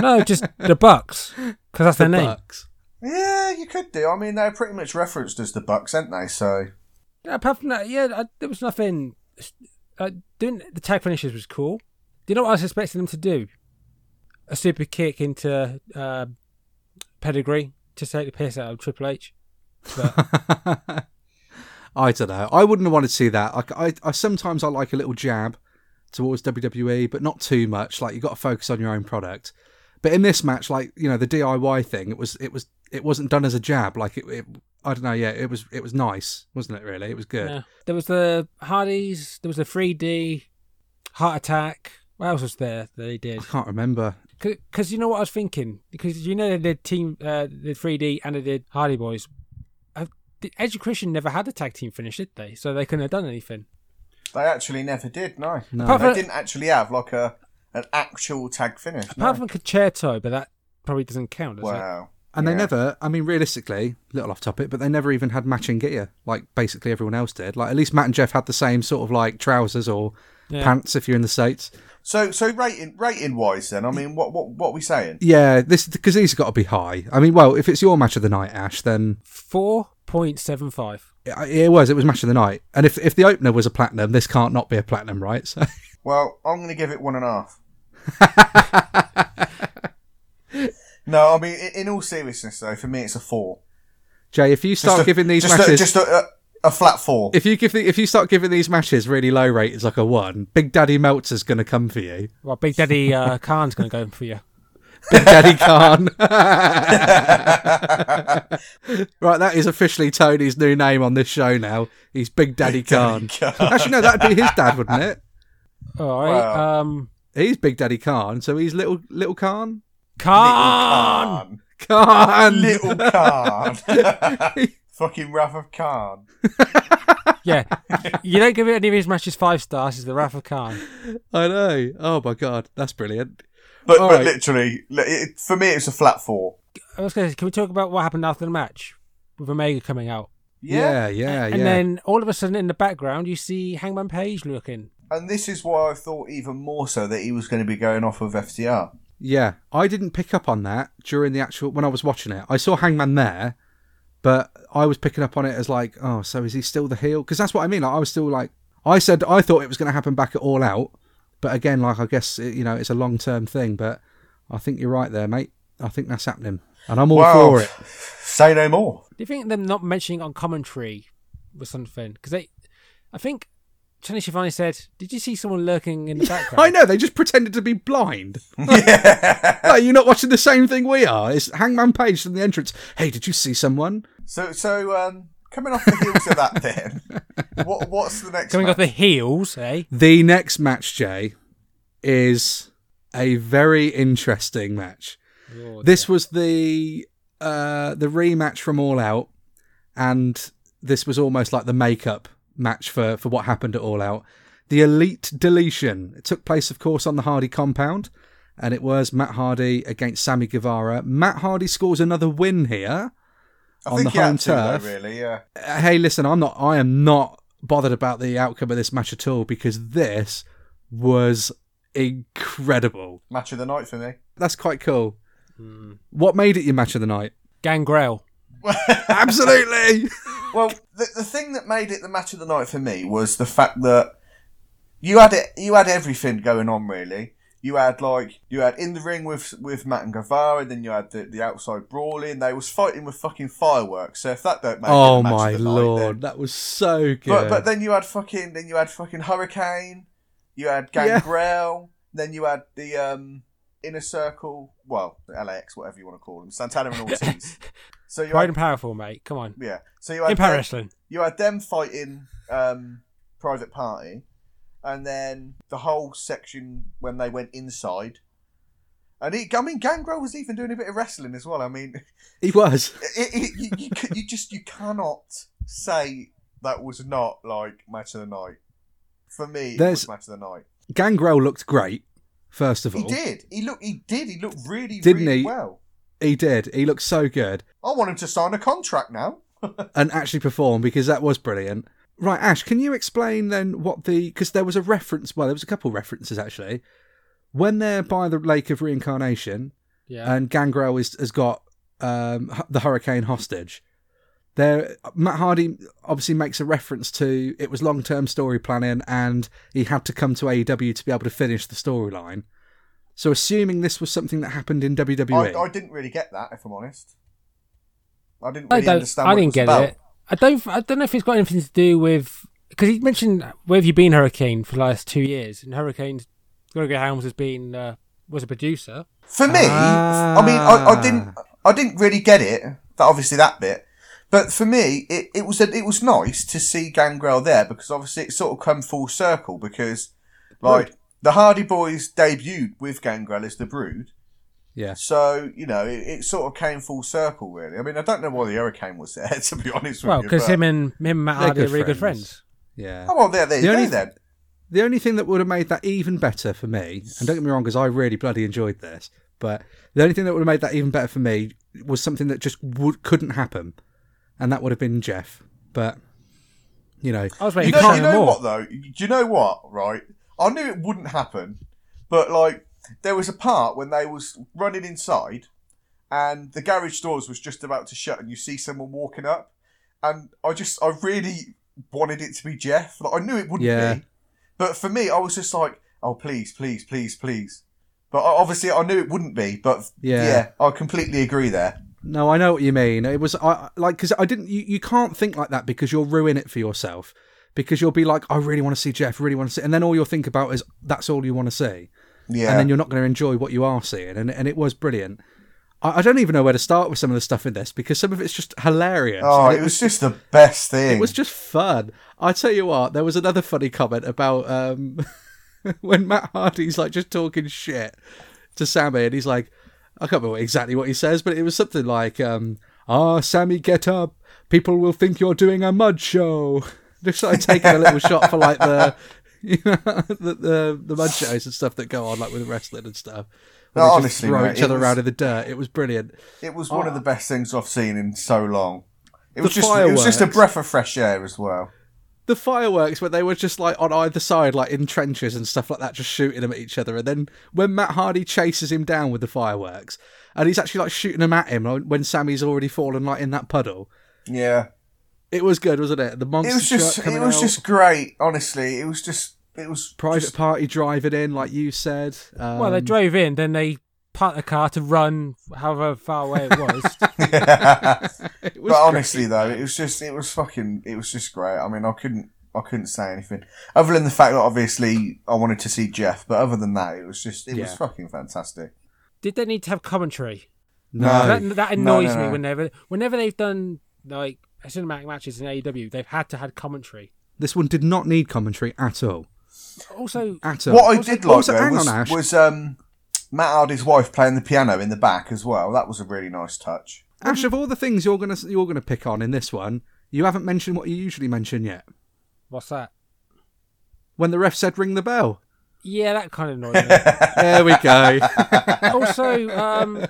Speaker 2: No, just the Bucks because that's their
Speaker 1: The
Speaker 2: name.
Speaker 1: Bucks.
Speaker 6: yeah, you could do. I mean, they're pretty much referenced as the Bucks, aren't they? So,
Speaker 2: Yeah, apart from that, yeah, I, there was nothing. Uh, doing the tag finishes was cool. Do you know what I was expecting them to do? A super kick into uh, Pedigree to take the piss out of Triple H.
Speaker 1: I don't know. I wouldn't have wanted to see that. I, I, I sometimes I like a little jab towards WWE, but not too much. Like you got to focus on your own product. But in this match, like you know the DIY thing, it was it was it wasn't done as a jab. Like it, it I don't know. Yeah, it was it was nice, wasn't it? Really, it was good.
Speaker 2: Yeah. There was the Hardys. There was the 3D heart attack. What else was there that they did?
Speaker 1: I can't remember.
Speaker 2: Because you know what I was thinking. Because you know they did team, uh, the 3D and they did Hardy Boys. Uh, the Edge and Christian never had a tag team finish, did they? So they couldn't have done anything.
Speaker 6: they actually never did, no.
Speaker 1: No.
Speaker 2: Apart
Speaker 6: They
Speaker 2: from,
Speaker 6: didn't actually have, like, a an actual tag finish.
Speaker 2: apart
Speaker 6: no.
Speaker 2: from Concerto, but that probably doesn't count. Does it?
Speaker 6: Wow.
Speaker 1: And they
Speaker 6: Yeah.
Speaker 1: never, I mean, realistically, little off topic, but they never even had matching gear like basically everyone else did. Like at least Matt and Jeff had the same sort of like trousers or
Speaker 2: Yeah.
Speaker 1: pants if you're in the states.
Speaker 6: So, so rating rating wise, then I mean, what what what are we saying?
Speaker 1: Yeah, this because these have got to be high. I mean, well, if it's your match of the night, Ash, then
Speaker 2: 4.75.
Speaker 1: it, it was. It was match of the night. And if if the opener was a platinum, this can't not be a platinum, right? So
Speaker 6: Well, I'm going to give it one and a half. no, I mean, i- in all seriousness, though, for me, it's a four.
Speaker 1: Jay, if you
Speaker 6: Just
Speaker 1: start
Speaker 6: a-
Speaker 1: giving these
Speaker 6: just
Speaker 1: matches,
Speaker 6: a, just a, a, a flat four.
Speaker 1: if you give the, if you start giving these matches really low ratings, like a one, Big Daddy Meltzer's going to come for you.
Speaker 2: Well, Big Daddy uh, Khan's going to go for you.
Speaker 1: Big Daddy Khan. right, that is officially Tony's new name on this show now. He's Big Daddy Khan. Actually, no, that'd be his dad, wouldn't it?
Speaker 2: All right.
Speaker 6: Wow.
Speaker 2: Um,
Speaker 1: He's Big Daddy Khan, so he's little little Khan.
Speaker 2: Khan!
Speaker 1: Khan.
Speaker 6: little Khan, fucking Wrath of Khan.
Speaker 2: Yeah. you don't give any of his matches five stars. It's the Wrath of Khan.
Speaker 1: I know. Oh my god, that's brilliant.
Speaker 6: But,
Speaker 1: All
Speaker 6: but
Speaker 1: right.
Speaker 6: literally, li- it, for me, it's a flat four.
Speaker 2: I was going to say, can we talk about what happened after the match with Omega coming out?
Speaker 1: Yeah, yeah, Uh, yeah.
Speaker 2: And then all of a sudden in the background, you see Hangman Page looking.
Speaker 6: And this is why I thought even more so that he was going to be going off of FTR.
Speaker 1: Yeah, I didn't pick up on that during the actual when I was watching it. I saw Hangman there, but I was picking up on it as like, oh, so is he still the heel? Because that's what I mean. Like, I was still like, I said I thought it was going to happen back at All Out, but again, like I guess it, you know it's a long term thing. But I think you're right there, mate. I think that's happening, and I'm all
Speaker 6: Wow.
Speaker 1: for it.
Speaker 6: Say no more.
Speaker 2: Do you think them not mentioning it on commentary was something? Because they, I think Tony Schiavone said, "Did you see someone lurking in the background?"
Speaker 1: I know they just pretended to be blind.
Speaker 6: yeah.
Speaker 1: Like, you're not watching the same thing we are. It's Hangman Page from the entrance. Hey, did you see someone?
Speaker 6: So, so um, coming off the heels of that, then, what, what's the next?
Speaker 2: Coming
Speaker 6: match?
Speaker 2: off the heels, eh?
Speaker 1: The next match, Jay, is a very interesting match. this was the uh, the rematch from All Out, and this was almost like the makeup match for for what happened at All Out. The Elite Deletion. It took place, of course, on the Hardy compound, and it was Matt Hardy against Sammy Guevara. Matt Hardy scores another win here.
Speaker 6: I
Speaker 1: on
Speaker 6: think
Speaker 1: the
Speaker 6: he had
Speaker 1: home
Speaker 6: to, though,
Speaker 1: turf.
Speaker 6: really, yeah.
Speaker 1: Uh, hey, listen, I'm not. I am not bothered about the outcome of this match at all because this was incredible.
Speaker 6: Match of the night for me.
Speaker 1: That's quite cool.
Speaker 6: Hmm.
Speaker 1: What made it your match of the night?
Speaker 2: Gangrel.
Speaker 1: Absolutely.
Speaker 6: Well, the, the thing that made it the match of the night for me was the fact that you had it, you had everything going on really. You had like you had in the ring with with Matt and Guevara, then you had the, the outside brawling. They was fighting with fucking fireworks. So if that don't make it
Speaker 1: oh
Speaker 6: the match
Speaker 1: my
Speaker 6: of the night, then-
Speaker 1: lord, that was so good.
Speaker 6: But but then you had fucking then you had fucking Hurricane, you had
Speaker 1: Yeah.
Speaker 6: Gangrel, then you had the um inner circle, well LAX, whatever you want to call them, Santana and Ortiz. so you
Speaker 2: Pride and
Speaker 6: had,
Speaker 2: powerful, mate. Come on.
Speaker 6: yeah, so you had
Speaker 2: Impact
Speaker 6: them-
Speaker 2: Wrestling.
Speaker 6: you had them fighting um, Private Party, and then the whole section when they went inside. And he, I mean, Gangrel was even doing a bit of wrestling as well. I mean,
Speaker 1: he was.
Speaker 6: it, it, you, you, c- you just you cannot say that was not like match of the night. For me,
Speaker 1: There's-
Speaker 6: it was match of the night.
Speaker 1: Gangrel looked great. First of all,
Speaker 6: He did. He looked. He did. He looked really,
Speaker 1: Didn't
Speaker 6: really
Speaker 1: he?
Speaker 6: well.
Speaker 1: He did. He looked so good
Speaker 6: I want him to sign a contract now.
Speaker 1: and actually performed because that was brilliant. Right, Ash, can you explain then what the because there was a reference? Well, there was a couple references actually. When they're by the Lake of Reincarnation,
Speaker 6: Uh,
Speaker 2: Yeah.
Speaker 1: and Gangrel is, has got um, hu- the Hurricane hostage. There, Matt Hardy obviously makes a reference to it was long term story planning, and he had to come to AEW to be able to finish the storyline. So, assuming this was something that happened in E.
Speaker 6: I,
Speaker 1: WWE,
Speaker 6: I didn't really get that, if I'm honest. I didn't
Speaker 2: I
Speaker 6: really
Speaker 2: don't.
Speaker 6: understand.
Speaker 2: I
Speaker 6: what it
Speaker 2: didn't
Speaker 6: was
Speaker 2: get
Speaker 6: about.
Speaker 2: it. I don't. I don't know if it's got anything to do with because he mentioned where have you been, Hurricane, for the last two years, and Hurricane's Gregory Helms has been uh, was a producer.
Speaker 6: For me,
Speaker 1: Ah.
Speaker 6: I mean, I, I didn't,
Speaker 2: Ah.
Speaker 6: I didn't really get it. That obviously that bit, but for me, it, it was a, it was nice to see Gangrel there because obviously it sort of come full circle because, like, the Hardy Boys debuted with Gangrel as the Brood,
Speaker 1: yeah,
Speaker 6: so you know it, it sort of came full circle really. I mean, I don't know why the Hurricane was there to be honest with
Speaker 2: Well,
Speaker 6: you.
Speaker 2: because
Speaker 6: but-
Speaker 2: him and him and Matt
Speaker 1: They're
Speaker 2: Hardy are
Speaker 1: good
Speaker 2: really good
Speaker 1: friends.
Speaker 2: friends.
Speaker 1: yeah.
Speaker 6: oh well, there, there
Speaker 1: The
Speaker 6: you go
Speaker 1: only-
Speaker 6: then.
Speaker 1: The only thing that would have made that even better for me, and don't get me wrong, because I really bloody enjoyed this, but the only thing that would have made that even better for me was something that just would, couldn't happen, and that would have been Jeff. But you know,
Speaker 2: I was waiting
Speaker 6: You
Speaker 2: for
Speaker 6: know, you
Speaker 2: Shannon
Speaker 6: know
Speaker 2: Moore.
Speaker 6: what though? Do you know what? Right, I knew it wouldn't happen, but like there was a part when they was running inside, and the garage doors was just about to shut, and you see someone walking up, and I just I really wanted it to be Jeff. Like I knew it wouldn't
Speaker 1: Yeah.
Speaker 6: be, but for me, I was just like, oh please, please, please, please. But I- obviously, I knew it wouldn't be. But
Speaker 1: Yeah.
Speaker 6: yeah, I completely agree there.
Speaker 1: No, I know what you mean. It was I I- like because I didn't. You, you can't think like that because you'll ruin it for yourself. Because you'll be like, I really want to see Jeff. Really want to see, and then all you'll think about is that's all you want to see,
Speaker 6: Yeah,
Speaker 1: and then you're not going to enjoy what you are seeing. And and it was brilliant. I, I don't even know where to start with some of the stuff in this because some of it's just hilarious.
Speaker 6: oh,
Speaker 1: And
Speaker 6: it was just the best thing.
Speaker 1: it was just fun. I tell you what, there was another funny comment about um, when Matt Hardy's like just talking shit to Sammy, and he's like, I can't remember exactly what he says, but it was something like, um, "Ah, Sammy, get up! People will think you're doing a mud show." Just like taking a little shot for like the, you know, the, the the mud shows and stuff that go on like with wrestling and stuff. They
Speaker 6: No,
Speaker 1: just
Speaker 6: honestly,
Speaker 1: throw
Speaker 6: mate,
Speaker 1: each other
Speaker 6: it was,
Speaker 1: out of the dirt. It was brilliant.
Speaker 6: it was one of the best things I've seen in so long. It was
Speaker 1: Oh. The
Speaker 6: just it was just a
Speaker 1: fireworks.
Speaker 6: breath of fresh air as well.
Speaker 1: The fireworks where they were just like on either side, like in trenches and stuff like that, just shooting them at each other. And then when Matt Hardy chases him down with the fireworks, and he's actually like shooting them at him like, when Sammy's already fallen like in that puddle.
Speaker 6: Yeah,
Speaker 1: It was good, wasn't it? The monster
Speaker 6: it was just
Speaker 1: truck
Speaker 6: it
Speaker 1: coming
Speaker 6: was
Speaker 1: out,
Speaker 6: just great. Honestly, it was just it was
Speaker 1: private
Speaker 6: just-
Speaker 1: party driving in, like you said. Um,
Speaker 2: Well, they drove in, then they parked the car to run however far away it was.
Speaker 1: it was
Speaker 6: But
Speaker 1: great.
Speaker 6: honestly, though, it was just it was fucking it was just great. I mean, I couldn't I couldn't say anything other than the fact that obviously I wanted to see Jeff, but other than that, it was just it was
Speaker 1: Yeah.
Speaker 6: fucking fantastic.
Speaker 2: Did they need to have commentary?
Speaker 1: no,
Speaker 2: that, that annoys
Speaker 6: no, no.
Speaker 2: me whenever whenever they've done like cinematic matches in AEW, they've had to have commentary.
Speaker 1: this one did not need commentary at all.
Speaker 2: Also,
Speaker 1: At all.
Speaker 6: What I
Speaker 1: Also-
Speaker 6: did like
Speaker 1: also,
Speaker 6: though
Speaker 1: hang
Speaker 6: was,
Speaker 1: on, Ash.
Speaker 6: was um, Matt Hardy's wife playing the piano in the back as well. That was a really nice touch.
Speaker 1: Ash, of all the things you're gonna you're gonna pick on in this one, you haven't mentioned what you usually mention yet.
Speaker 2: what's that?
Speaker 1: When the ref said ring the bell.
Speaker 2: Yeah, that kind of annoys me.
Speaker 1: There we go.
Speaker 2: also, um,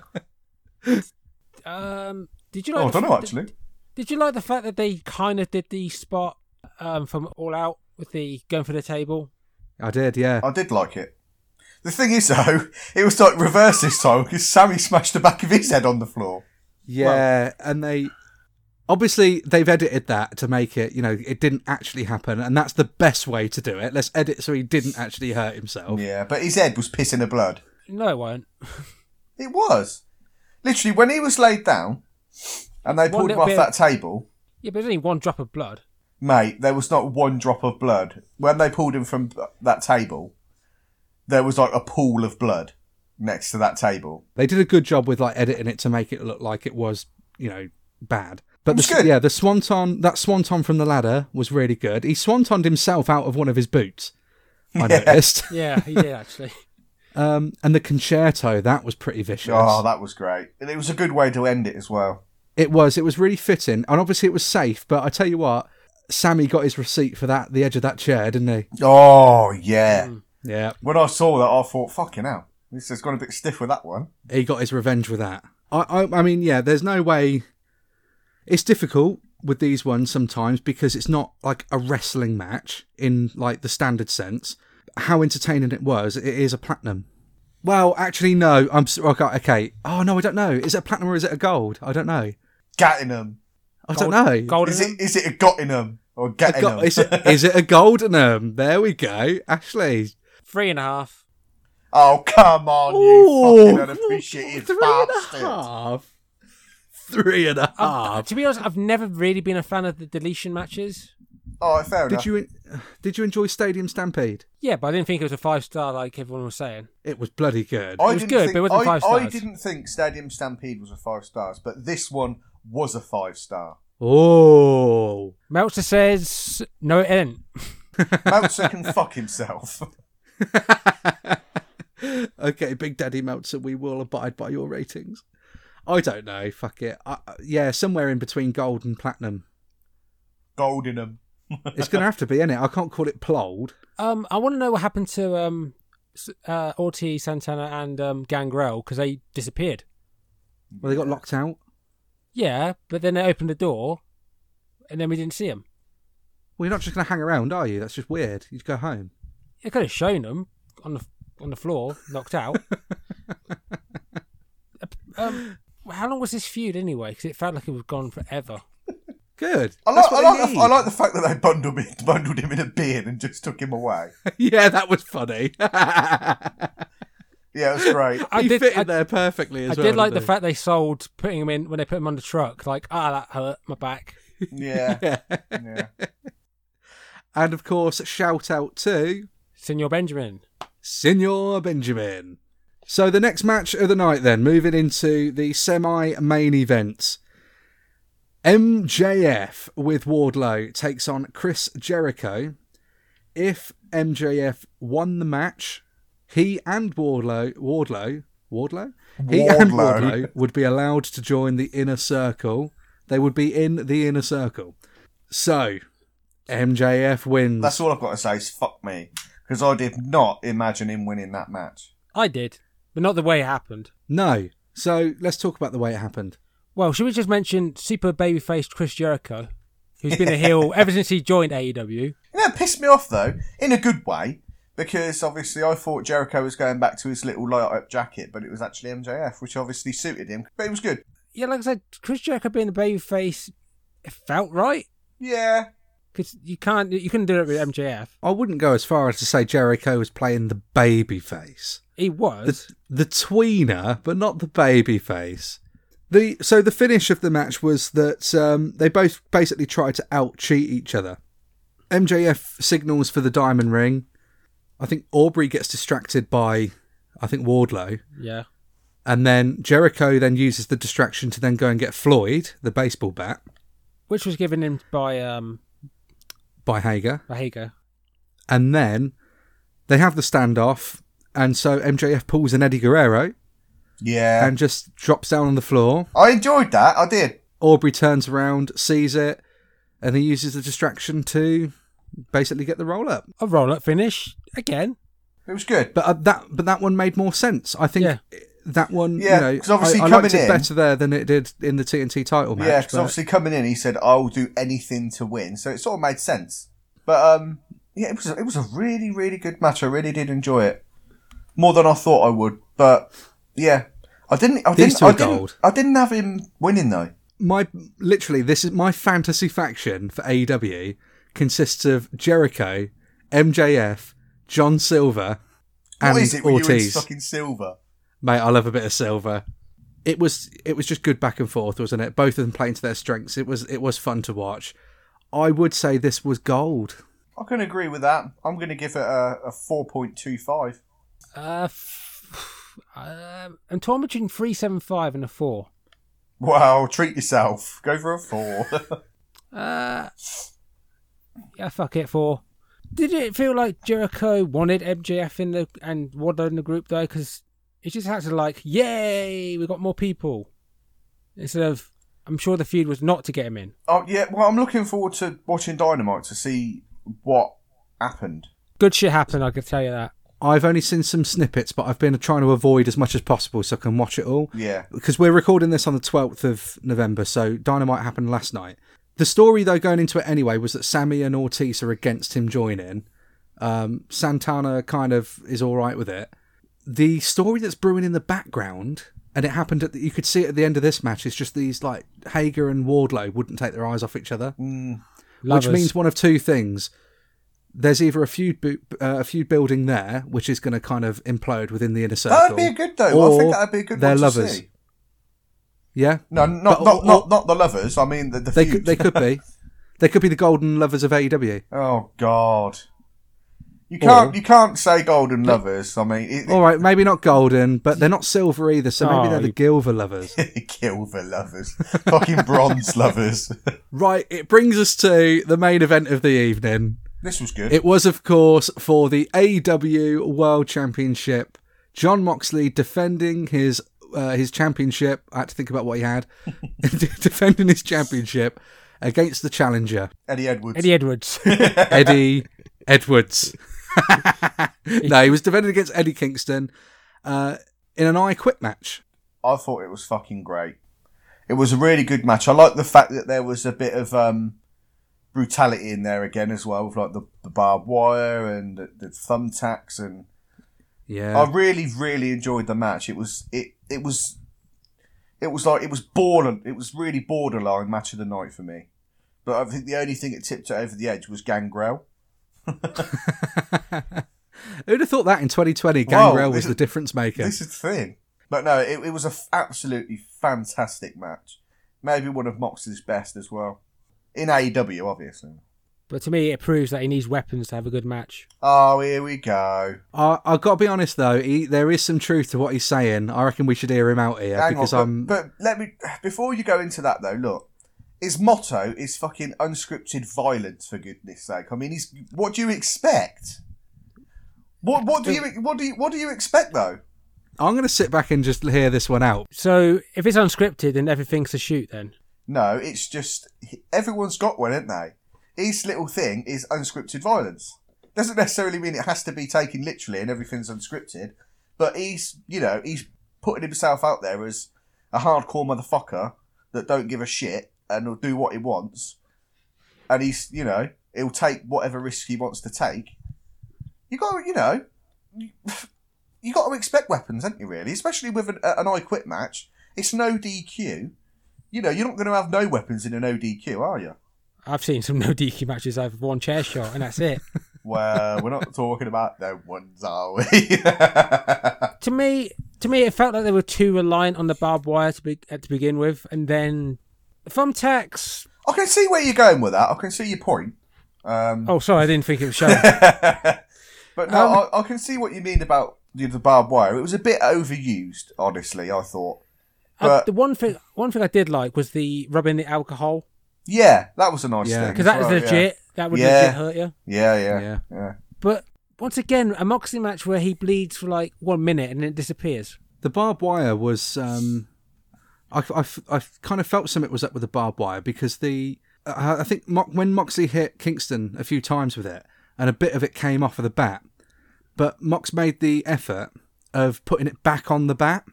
Speaker 2: um, did you like?
Speaker 6: Oh, I
Speaker 2: the
Speaker 6: don't
Speaker 2: fa-
Speaker 6: know actually.
Speaker 2: Did you like the fact that they kind of did the spot um, from All Out with the going for the table?
Speaker 1: I did, yeah.
Speaker 6: I did like it. The thing is, though, it was like reverse this time because Sammy smashed the back of his head on the floor.
Speaker 1: Yeah, and they obviously they've edited that to make it, you know, it didn't actually happen, and that's the best way to do it. Let's edit so he didn't actually hurt himself.
Speaker 6: Yeah, but his head was pissing the blood.
Speaker 2: No, it won't.
Speaker 6: It was. Literally, when he was laid down and they pulled him
Speaker 2: little
Speaker 6: off
Speaker 2: bit-
Speaker 6: that table,
Speaker 2: Yeah, but there's only one drop of blood.
Speaker 6: mate, there was not one drop of blood. When they pulled him from that table, there was like a pool of blood next to that table.
Speaker 1: They did a good job with like editing it to make it look like it was, you know, bad. But
Speaker 6: It's
Speaker 1: the,
Speaker 6: good.
Speaker 1: yeah, the swanton that swanton from the ladder was really good. He swantoned himself out of one of his boots. I noticed.
Speaker 2: Yeah, he did actually.
Speaker 1: Um, and the concerto that was pretty vicious.
Speaker 6: Oh, that was great. And it was a good way to end it as well.
Speaker 1: It was. It was really fitting, and obviously it was safe. But I tell you what, Sammy got his receipt for that the edge of that chair, didn't
Speaker 6: Oh, yeah.
Speaker 1: he? Yeah,
Speaker 6: When I saw that, I thought, fucking hell. This has gone a bit stiff with that one.
Speaker 1: he got his revenge with that. I, I, I mean, yeah. There's no way. It's difficult with these ones sometimes because it's not like a wrestling match in like the standard sense. How entertaining it was! It is a platinum. Well, actually, no. I'm s- okay. Okay. Oh no, I don't know. Is it a platinum or is it a gold? I don't know.
Speaker 6: Gattingham.
Speaker 1: I don't know.
Speaker 2: Golden.
Speaker 6: Is it, is it a Gottingham or
Speaker 1: A go-
Speaker 6: Gattingham?
Speaker 1: is, it, is it a goldenum? There we go. Ashley,
Speaker 2: Three and a half.
Speaker 6: oh, come on, you fucking unappreciated
Speaker 1: three and a
Speaker 6: bastard.
Speaker 1: half. Three and a
Speaker 6: Ah.
Speaker 1: half.
Speaker 2: To be honest, I've never really been a fan of the deletion matches.
Speaker 6: Oh, fair enough.
Speaker 1: Did you did you enjoy Stadium Stampede?
Speaker 2: Yeah, but I didn't think it was a five star like everyone was saying.
Speaker 1: It was bloody good.
Speaker 6: I
Speaker 2: It was
Speaker 6: didn't
Speaker 2: good,
Speaker 6: think,
Speaker 2: but it wasn't
Speaker 6: I,
Speaker 2: five
Speaker 6: I
Speaker 2: stars.
Speaker 6: didn't think Stadium Stampede was a five stars, but this one was a five star.
Speaker 1: Oh,
Speaker 2: Meltzer says no, it ain't.
Speaker 6: Meltzer can fuck himself.
Speaker 1: okay, Big Daddy Meltzer. We will abide by your ratings. I don't know. Fuck it. I, I- yeah, somewhere in between gold and platinum.
Speaker 6: Goldenham.
Speaker 1: It's gonna have to be, innit? I can't call it plold.
Speaker 2: Um, I want to know what happened to um, S- uh, Ortiz, Santana, and um, Gangrel because they disappeared.
Speaker 1: Well, they got locked out.
Speaker 2: Yeah, but then they opened the door, and then we didn't see them.
Speaker 1: Well, you're not just gonna hang around, are you? That's just weird. You'd go home.
Speaker 2: They could have shown them on the on the floor, knocked out. um, how long was this feud anyway? Because it felt like it was gone forever.
Speaker 1: Good.
Speaker 6: I
Speaker 1: That's
Speaker 6: like, I,
Speaker 1: what they
Speaker 6: like the, I
Speaker 1: need.
Speaker 6: like the fact that they bundled him, bundled him in a beard and just took him away.
Speaker 1: yeah, that was funny.
Speaker 6: Yeah, that's great.
Speaker 2: I
Speaker 1: he
Speaker 2: did-
Speaker 1: fit in
Speaker 2: I-
Speaker 1: there perfectly
Speaker 2: I
Speaker 1: as well.
Speaker 2: did like the
Speaker 1: didn't
Speaker 2: fact they sold putting him in when they put him on the truck. Like, ah, that hurt my back.
Speaker 6: Yeah.
Speaker 1: he? Yeah.
Speaker 6: yeah.
Speaker 1: and of course, shout out to
Speaker 2: Senor Benjamin.
Speaker 1: Signor Benjamin. So the next match of the night, then moving into the semi-main event. MJF with Wardlow takes on Chris Jericho. If MJF won the match, he and Wardlow, Wardlow, Wardlow, he and
Speaker 6: Wardlow.
Speaker 1: Wardlow would be allowed to join the inner circle. They would be in the inner circle. So MJF wins.
Speaker 6: That's all I've got to say is fuck me. Because I did not imagine him winning that match.
Speaker 2: I did. but not the way it happened.
Speaker 1: No. So let's talk about the way it happened.
Speaker 2: Well, should we just mention super babyface Chris Jericho, who's been a heel ever since he joined E AEW?
Speaker 6: You know, it pissed me off though, in a good way, because obviously I thought Jericho was going back to his little light up jacket, but it was actually MJF, which obviously suited him. But it was good.
Speaker 2: Yeah, like I said, Chris Jericho being the babyface, it felt right
Speaker 6: Yeah,
Speaker 2: because you can't you couldn't do it with MJF.
Speaker 1: I wouldn't go as far as to say Jericho was playing the baby face.
Speaker 2: He was.
Speaker 1: the, the tweener, but not the baby face. The so the finish of the match was that um, they both basically tried to out cheat each other. MJF signals for the diamond ring. I think Aubrey gets distracted by I think Wardlow,
Speaker 2: yeah.
Speaker 1: and then Jericho then uses the distraction to then go and get Floyd, the baseball bat,
Speaker 2: Which was given him by um
Speaker 1: by Hager.
Speaker 2: Hager.
Speaker 1: And then they have the standoff, and so MJF pulls an Eddie Guerrero
Speaker 6: yeah.
Speaker 1: and just drops down on the floor.
Speaker 6: I enjoyed that. I did.
Speaker 1: Aubrey turns around, sees it, and he uses the distraction to basically get the roll up.
Speaker 2: A roll up finish again.
Speaker 6: It was good.
Speaker 1: But uh, that but that one made more sense. I think
Speaker 2: Yeah.
Speaker 1: that one,
Speaker 6: Yeah,
Speaker 1: you know,
Speaker 6: 'cause obviously
Speaker 1: I, I liked
Speaker 6: coming
Speaker 1: it
Speaker 6: in-
Speaker 1: better there than it did in the TNT title match.
Speaker 6: Yeah, because
Speaker 1: but-
Speaker 6: obviously coming in, he said, "I'll do anything to win," so it sort of made sense. But um, yeah, it was it was a really really good match. I really did enjoy it more than I thought I would. But yeah, I didn't. I
Speaker 1: These
Speaker 6: didn't.
Speaker 1: two
Speaker 6: I
Speaker 1: are
Speaker 6: didn't,
Speaker 1: gold.
Speaker 6: I didn't have him winning though.
Speaker 1: my literally this is my fantasy faction for AEW consists of Jericho, MJF, John Silver, and
Speaker 6: what is it? When you're in
Speaker 1: Ortiz.
Speaker 6: fucking silver.
Speaker 1: Mate, I love a bit of silver. It was it was just good back and forth, wasn't it? Both of them playing to their strengths. It was it was fun to watch. I would say this was gold.
Speaker 6: I can agree with that. I'm going to give it a, a four point two five.
Speaker 2: Uh, f- um, I'm torn between three seven five and a four.
Speaker 6: Wow, treat yourself. Go for a four.
Speaker 2: Uh, yeah, fuck it, four. Did it feel like Jericho wanted MJF in the and Wardlow in the group though? Because it just had to like, yay, we got more people. Instead of, I'm sure the feud was not to get him in.
Speaker 6: oh yeah. Well, I'm looking forward to watching Dynamite to see what happened.
Speaker 2: Good shit happened, I can tell you that.
Speaker 1: I've only seen some snippets, but I've been trying to avoid as much as possible so I can watch it all.
Speaker 6: Yeah.
Speaker 1: Because we're recording this on the 12th of November, so Dynamite happened last night. The story, though, going into it anyway, was that Sammy and Ortiz are against him joining. Um, Santana kind of is all right with it. The story that's brewing in the background, and it happened at the, you could see it at the end of this match, is just these like Hager and Wardlow wouldn't take their eyes off each other which
Speaker 2: Lovers.
Speaker 1: means one of two things. There's either a feud, bu- uh, a feud building there, which is going to kind of implode within the inner circle.
Speaker 6: That would be a good though. I
Speaker 1: or
Speaker 6: think that'd be a good
Speaker 1: they're
Speaker 6: one to
Speaker 1: lovers.
Speaker 6: see.
Speaker 1: Yeah,
Speaker 6: No, not
Speaker 1: Hmm. But-
Speaker 6: not,
Speaker 1: or-
Speaker 6: not not the lovers. I mean the, the
Speaker 1: they
Speaker 6: feud.
Speaker 1: could, they could be, they could be the golden lovers of E AEW.
Speaker 6: Oh God, you can't you can't say golden lovers. I mean, it,
Speaker 1: All right, maybe not golden, but they're not silver either, so maybe
Speaker 2: Oh,
Speaker 1: they're the Gilver lovers.
Speaker 6: kill the lovers, fucking bronze lovers.
Speaker 1: right, it brings us to the main event of the evening.
Speaker 6: this was good.
Speaker 1: It was, of course, for the AEW World Championship. John Moxley defending his uh, his championship. I had to think about what he had. defending his championship against the challenger
Speaker 6: Eddie Edwards.
Speaker 2: Eddie Edwards.
Speaker 1: Eddie Edwards. no, he was defending against Eddie Kingston uh, in an I Quit match.
Speaker 6: I thought it was fucking great. It was a really good match. I like the fact that there was a bit of um, brutality in there again as well, with like the, the barbed wire and the, the thumbtacks and
Speaker 1: Yeah,
Speaker 6: I really, really enjoyed the match. It was it it was it was like it was border it was really borderline match of the night for me. But I think the only thing that tipped it over the edge was Gangrel.
Speaker 1: who'd have thought that in 2020?
Speaker 6: Whoa,
Speaker 1: Gangrel
Speaker 6: Um, this
Speaker 1: was
Speaker 6: is-
Speaker 1: the difference maker.
Speaker 6: This is the thing. But no, it, it was an absolutely fantastic match. Maybe one of Mox's best as well. In AEW, obviously.
Speaker 2: but to me, it proves that he needs weapons to have a good match.
Speaker 6: Oh, here we go.
Speaker 1: I, I've got to be honest though, he, there is some truth to what he's saying. I reckon we should hear him out here
Speaker 6: Hang
Speaker 1: because
Speaker 6: on,
Speaker 1: I'm.
Speaker 6: but, but let me before you go into that though. Look, his motto is fucking unscripted violence. For goodness' sake, I mean, he's what do you expect? What what do you what do you what do you expect though?
Speaker 1: I'm going to sit back and just hear this one out.
Speaker 2: So if it's unscripted, then everything's a shoot then.
Speaker 6: No, it's just everyone's got one, ain't they? Each little thing is unscripted violence. Doesn't necessarily mean it has to be taken literally and everything's unscripted, But he's, you know, he's putting himself out there as a hardcore motherfucker that don't give a shit and will do what he wants. And he's, you know, he'll take whatever risk he wants to take. You got, to you know, you got to expect weapons, haven't you? Really, especially with an, an I Quit match. It's no DQ. You know, you're not going to have no weapons in an ODQ, are you?
Speaker 2: I've seen some no DQ matches over one chair shot, and that's it.
Speaker 6: Well, we're not talking about them ones, are we?
Speaker 2: to me, to me, it felt like they were too reliant on the barbed wire to be, uh, to begin with, and then thumbtacks.
Speaker 6: I can see where you're going with that. I can see your point. Um,
Speaker 2: Oh, sorry, I didn't think it was shown.
Speaker 6: but
Speaker 2: Um,
Speaker 6: no, I, I can see what you mean about the, the barbed wire. It was a bit overused, honestly. I thought.
Speaker 2: Uh,
Speaker 6: But
Speaker 2: the one thing, one thing I did like was the rubbing the alcohol
Speaker 6: yeah, that was a nice
Speaker 1: Yeah.
Speaker 6: thing.
Speaker 2: because
Speaker 6: as
Speaker 2: that is
Speaker 6: well, yeah.
Speaker 2: legit. That would
Speaker 6: Yeah.
Speaker 2: legit hurt you.
Speaker 6: Yeah, yeah, yeah.
Speaker 1: Yeah.
Speaker 2: But once again, a Moxley match where he bleeds for like one minute and it disappears.
Speaker 1: The barbed wire was. Um, I, I f- I f- kind of felt something was up with the barbed wire because the. Uh, I think Mo- when Moxley hit Kingston a few times with it, and a bit of it came off of the bat, but Mox made the effort of putting it back on the bat.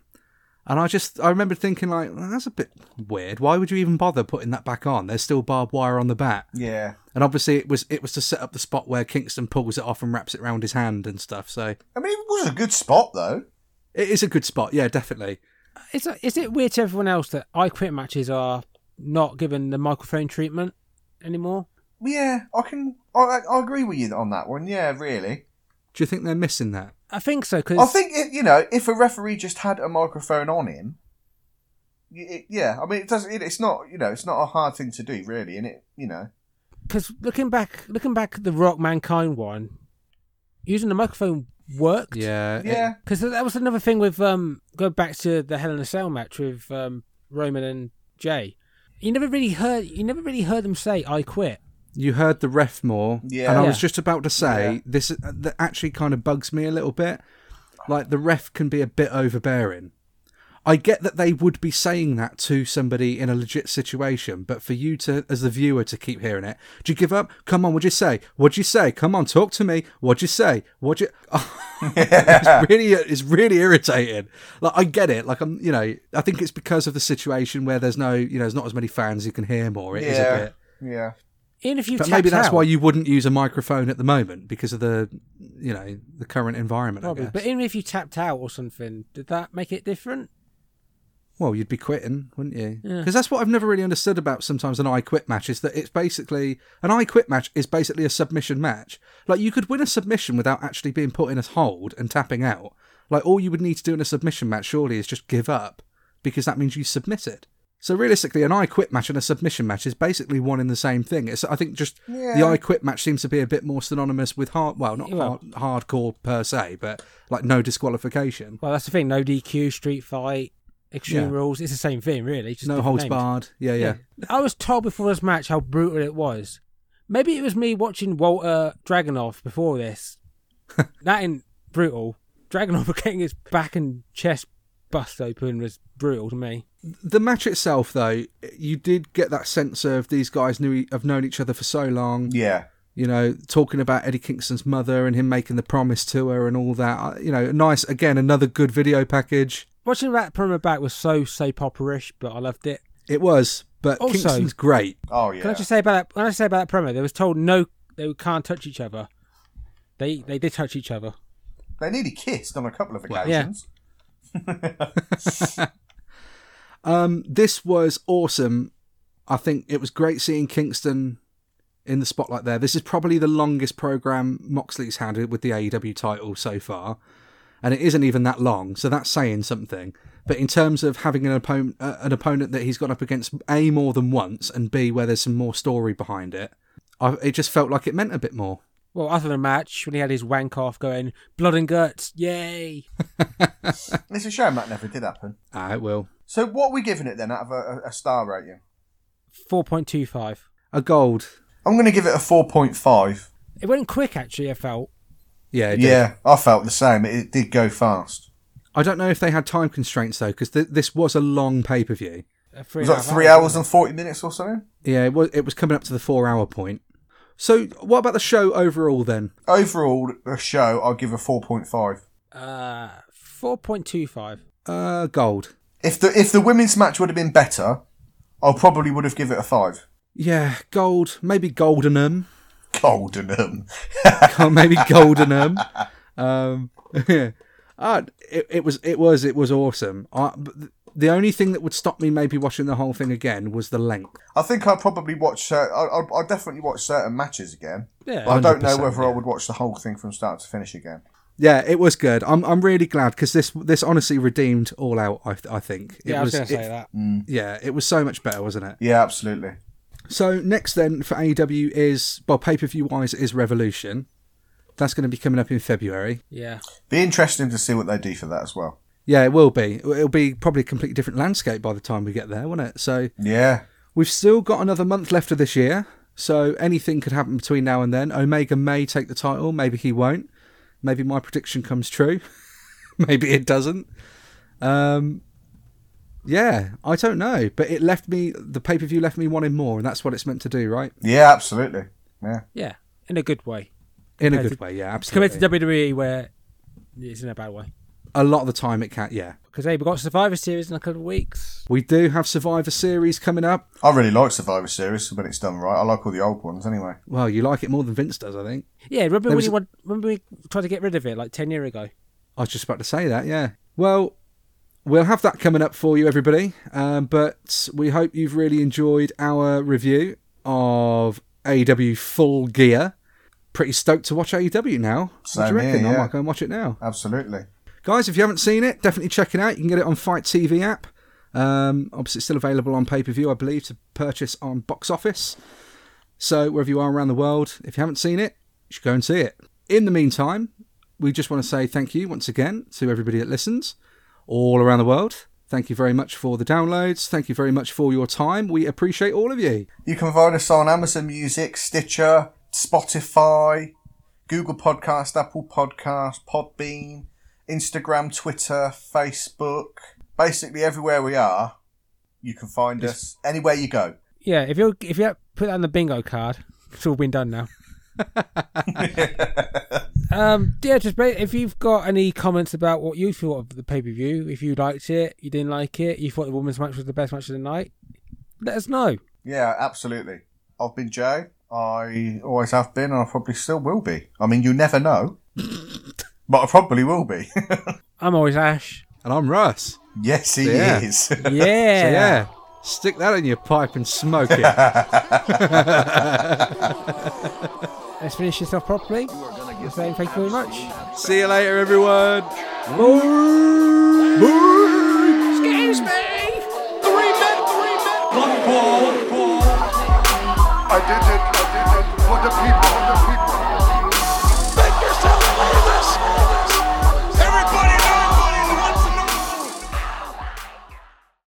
Speaker 1: And I just, I remember thinking, like, "Well, that's a bit weird. Why would you even bother putting that back on? There's still barbed wire on the bat.
Speaker 6: Yeah.
Speaker 1: And obviously, it was it was to set up the spot where Kingston pulls it off and wraps it round his hand and stuff. So
Speaker 6: I mean, it was a good spot though.
Speaker 1: it is a good spot, yeah, definitely.
Speaker 2: Is that, is it weird to everyone else that I Quit matches are not given the microphone treatment anymore?
Speaker 6: Yeah, I can. I, I I agree with you on that one. Yeah, really.
Speaker 1: Do you think they're missing that?
Speaker 2: I think so
Speaker 6: I
Speaker 2: because
Speaker 6: think if, you know if a referee just had a microphone on him. y it, yeah, I mean it doesn't. It, it's not you know it's not a hard thing to do really, and it you know
Speaker 2: looking back, looking back at the Rock Mankind one, using the microphone worked.
Speaker 1: Yeah,
Speaker 6: yeah
Speaker 2: Because that was another thing with um going back to the Hell in a Cell match with um Roman and Jay. You never really heard you never really heard them say I quit.
Speaker 1: you heard the ref more,
Speaker 6: Yeah.
Speaker 1: and I
Speaker 2: Yeah.
Speaker 1: was just about to say
Speaker 6: Yeah.
Speaker 1: this that actually kind of bugs me a little bit. Like the ref can be a bit overbearing. I get that they would be saying that to somebody in a legit situation, but for you to, as the viewer, to keep hearing it, do you give up? Come on, what'd you say? What'd you say? Come on, talk to me. What'd you say? What'd you? it's really, it's really irritating. Like I get it. Like I'm, you know, I think it's because of the situation where there's no, you know, there's not as many fans who can hear more. It is
Speaker 6: Yeah.
Speaker 1: a bit.
Speaker 6: yeah.
Speaker 2: Even if you
Speaker 1: But
Speaker 2: tapped
Speaker 1: maybe that's
Speaker 2: out,
Speaker 1: why you wouldn't use a microphone at the moment because of the, you know, the current environment.
Speaker 2: probably.
Speaker 1: I guess.
Speaker 2: But even if you tapped out or something, did that make it different?
Speaker 1: well, you'd be quitting, wouldn't you?
Speaker 2: Yeah.
Speaker 1: Because that's what I've never really understood about sometimes an I quit match is that it's basically an I quit match is basically a submission match. Like you could win a submission without actually being put in a hold and tapping out. Like all you would need to do in a submission match surely is just give up because that means you submitted. So realistically, an I quit match and a submission match is basically one and the same thing. It's I think just the
Speaker 6: Yeah.
Speaker 1: I quit match seems to be a bit more synonymous with hard well not
Speaker 2: Well-
Speaker 1: hard, hardcore per se, but like no disqualification,
Speaker 2: Well, that's the thing. No DQ, street fight, extreme
Speaker 1: Yeah.
Speaker 2: rules. It's the same thing, really. Just
Speaker 1: no
Speaker 2: different
Speaker 1: holds
Speaker 2: names.
Speaker 1: barred. Yeah, yeah.
Speaker 2: I was told before this match how brutal it was. Maybe it was me watching Walter Dragonoff before this. that ain't brutal. Dragonoff getting his back and chest bust open was brutal to me.
Speaker 1: the match itself though you did get that sense of these guys knew e, have known each other for so long
Speaker 6: Yeah.
Speaker 1: you know talking about eddie kingston's mother and him making the promise to her and all that Uh, you know nice again another good video package
Speaker 2: Watching that promo back was so soap opera-ish, but I loved it.
Speaker 1: it was but
Speaker 2: Also-
Speaker 1: kingston's great
Speaker 6: Oh yeah.
Speaker 2: Can I just say about that? When I say about that promo, they was told no, they can't touch each other. They they did touch each other.
Speaker 6: They nearly kissed on a couple of
Speaker 2: yeah.
Speaker 6: occasions.
Speaker 1: um this was awesome i think it was great seeing kingston in the spotlight there this is probably the longest program moxley's had with the aew title so far and it isn't even that long, so that's saying something. But in terms of having an opponent, uh, an opponent that he's gone up against a more than once, and b where there's some more story behind it, I, it just felt like it meant a bit more.
Speaker 2: Well, other than the match, when he had his wank off going, blood and guts, yay!
Speaker 6: It's a shame that never did happen.
Speaker 1: Ah, it will.
Speaker 6: So what are we giving it then out of a, a- a star rating?
Speaker 2: 4.25.
Speaker 1: A gold.
Speaker 6: I'm going to give it a four point five.
Speaker 2: It went quick, actually, I felt.
Speaker 1: Yeah. it did.
Speaker 6: Yeah, I felt the same. It, it did go fast.
Speaker 1: I don't know if they had time constraints though, because th- this was a long pay per view.
Speaker 2: Uh,
Speaker 6: It
Speaker 2: three
Speaker 6: was
Speaker 2: and a
Speaker 6: like
Speaker 2: half
Speaker 6: three hours and forty minutes or something.
Speaker 1: Yeah, it was. It was coming up to the four hour point. So, what about the show overall then?
Speaker 6: Overall, the show I'll give a four point five.
Speaker 2: Uh, 4.25.
Speaker 1: Uh, gold.
Speaker 6: If the if the women's match would have been better, I probably would have give it a five.
Speaker 1: Yeah, gold. Maybe goldenum.
Speaker 6: Goldenum.
Speaker 1: Oh, maybe goldenum. Um, uh, it, it was it was it was awesome. I, but th- the only thing that would stop me maybe watching the whole thing again was the length.
Speaker 6: I think I'd probably watch. Uh, I I'll definitely watch certain matches again.
Speaker 2: Yeah.
Speaker 6: But I don't know
Speaker 1: 100%,
Speaker 6: whether I
Speaker 1: yeah.
Speaker 6: would watch the whole thing from start to finish again.
Speaker 1: Yeah, it was good. I'm I'm really glad because this this honestly redeemed all out. I, I think it
Speaker 2: yeah, I
Speaker 1: was
Speaker 2: was, going to say
Speaker 1: it-
Speaker 2: that.
Speaker 1: yeah it was so much better, wasn't it?
Speaker 6: Yeah, absolutely.
Speaker 1: So next then for AEW is well pay per view wise is Revolution. That's going to be coming up in February.
Speaker 2: Yeah.
Speaker 6: Be interesting to see what they do for that as well.
Speaker 1: Yeah, it will be. It'll be probably a completely different landscape by the time we get there, won't it? So
Speaker 6: Yeah.
Speaker 1: We've still got another month left of this year, so anything could happen between now and then. Omega may take the title, maybe he won't. Maybe my prediction comes true, maybe it doesn't. Um, yeah, I don't know, but it left me the pay per view left me wanting more, and that's what it's meant to do, right?
Speaker 6: Yeah, absolutely. Yeah.
Speaker 2: Yeah. In a good way.
Speaker 1: In a
Speaker 2: Compared
Speaker 1: good
Speaker 2: to-
Speaker 1: way, yeah,
Speaker 2: Compared
Speaker 1: absolutely.
Speaker 2: to WWE, where it's in a bad way.
Speaker 1: A lot of the time, it can't. Yeah,
Speaker 2: Because, hey, we've got Survivor Series in a couple of weeks.
Speaker 1: we do have Survivor Series coming up.
Speaker 6: I really like Survivor Series when it's done right. I like all the old ones anyway.
Speaker 1: Well, you like it more than Vince does, I think.
Speaker 2: Yeah, remember
Speaker 1: There
Speaker 2: when,
Speaker 1: was
Speaker 2: you
Speaker 1: a-
Speaker 2: want, remember we tried to get rid of it like 10 years ago?
Speaker 1: I was just about to say that, yeah. Well, we'll have that coming up for you, everybody. Um, but we hope you've really enjoyed our review of AEW Full Gear. Pretty stoked to watch AEW now. what do
Speaker 6: Same
Speaker 1: you reckon?
Speaker 6: here,
Speaker 1: I
Speaker 6: yeah.
Speaker 1: might go and watch it now.
Speaker 6: Absolutely.
Speaker 1: Guys, if you haven't seen it, definitely check it out. You can get it on Fight TV app. Um, obviously, it's still available on pay per view, I believe, to purchase on box office. So, wherever you are around the world, if you haven't seen it, you should go and see it. In the meantime, we just want to say thank you once again to everybody that listens all around the world. Thank you very much for the downloads. Thank you very much for your time. We appreciate all of you.
Speaker 6: You can find us on Amazon Music, Stitcher, Spotify, Google Podcast, Apple Podcast, Podbean, Instagram, Twitter, Facebook. Basically, everywhere we are, you can find us anywhere you go.
Speaker 2: Yeah, if you if you put that on the bingo card, it's all been done now. um, yeah, just ba- if you've got any comments about what you thought of the pay per view, if you liked it, you didn't like it, you thought the women's match was the best match of the night, let us know.
Speaker 6: Yeah, absolutely. I've been Joe. I always have been, and I probably still will be. I mean, you never know, but I probably will be.
Speaker 2: I'm always Ash.
Speaker 1: And I'm Russ.
Speaker 6: yes, he
Speaker 1: Yeah.
Speaker 6: is.
Speaker 2: Yeah,
Speaker 1: So, yeah, stick that in your pipe and smoke it.
Speaker 2: Let's finish this off properly. I'm saying thank you very much.
Speaker 1: See you later, everyone.
Speaker 5: I did it, I did it for the people, for the people.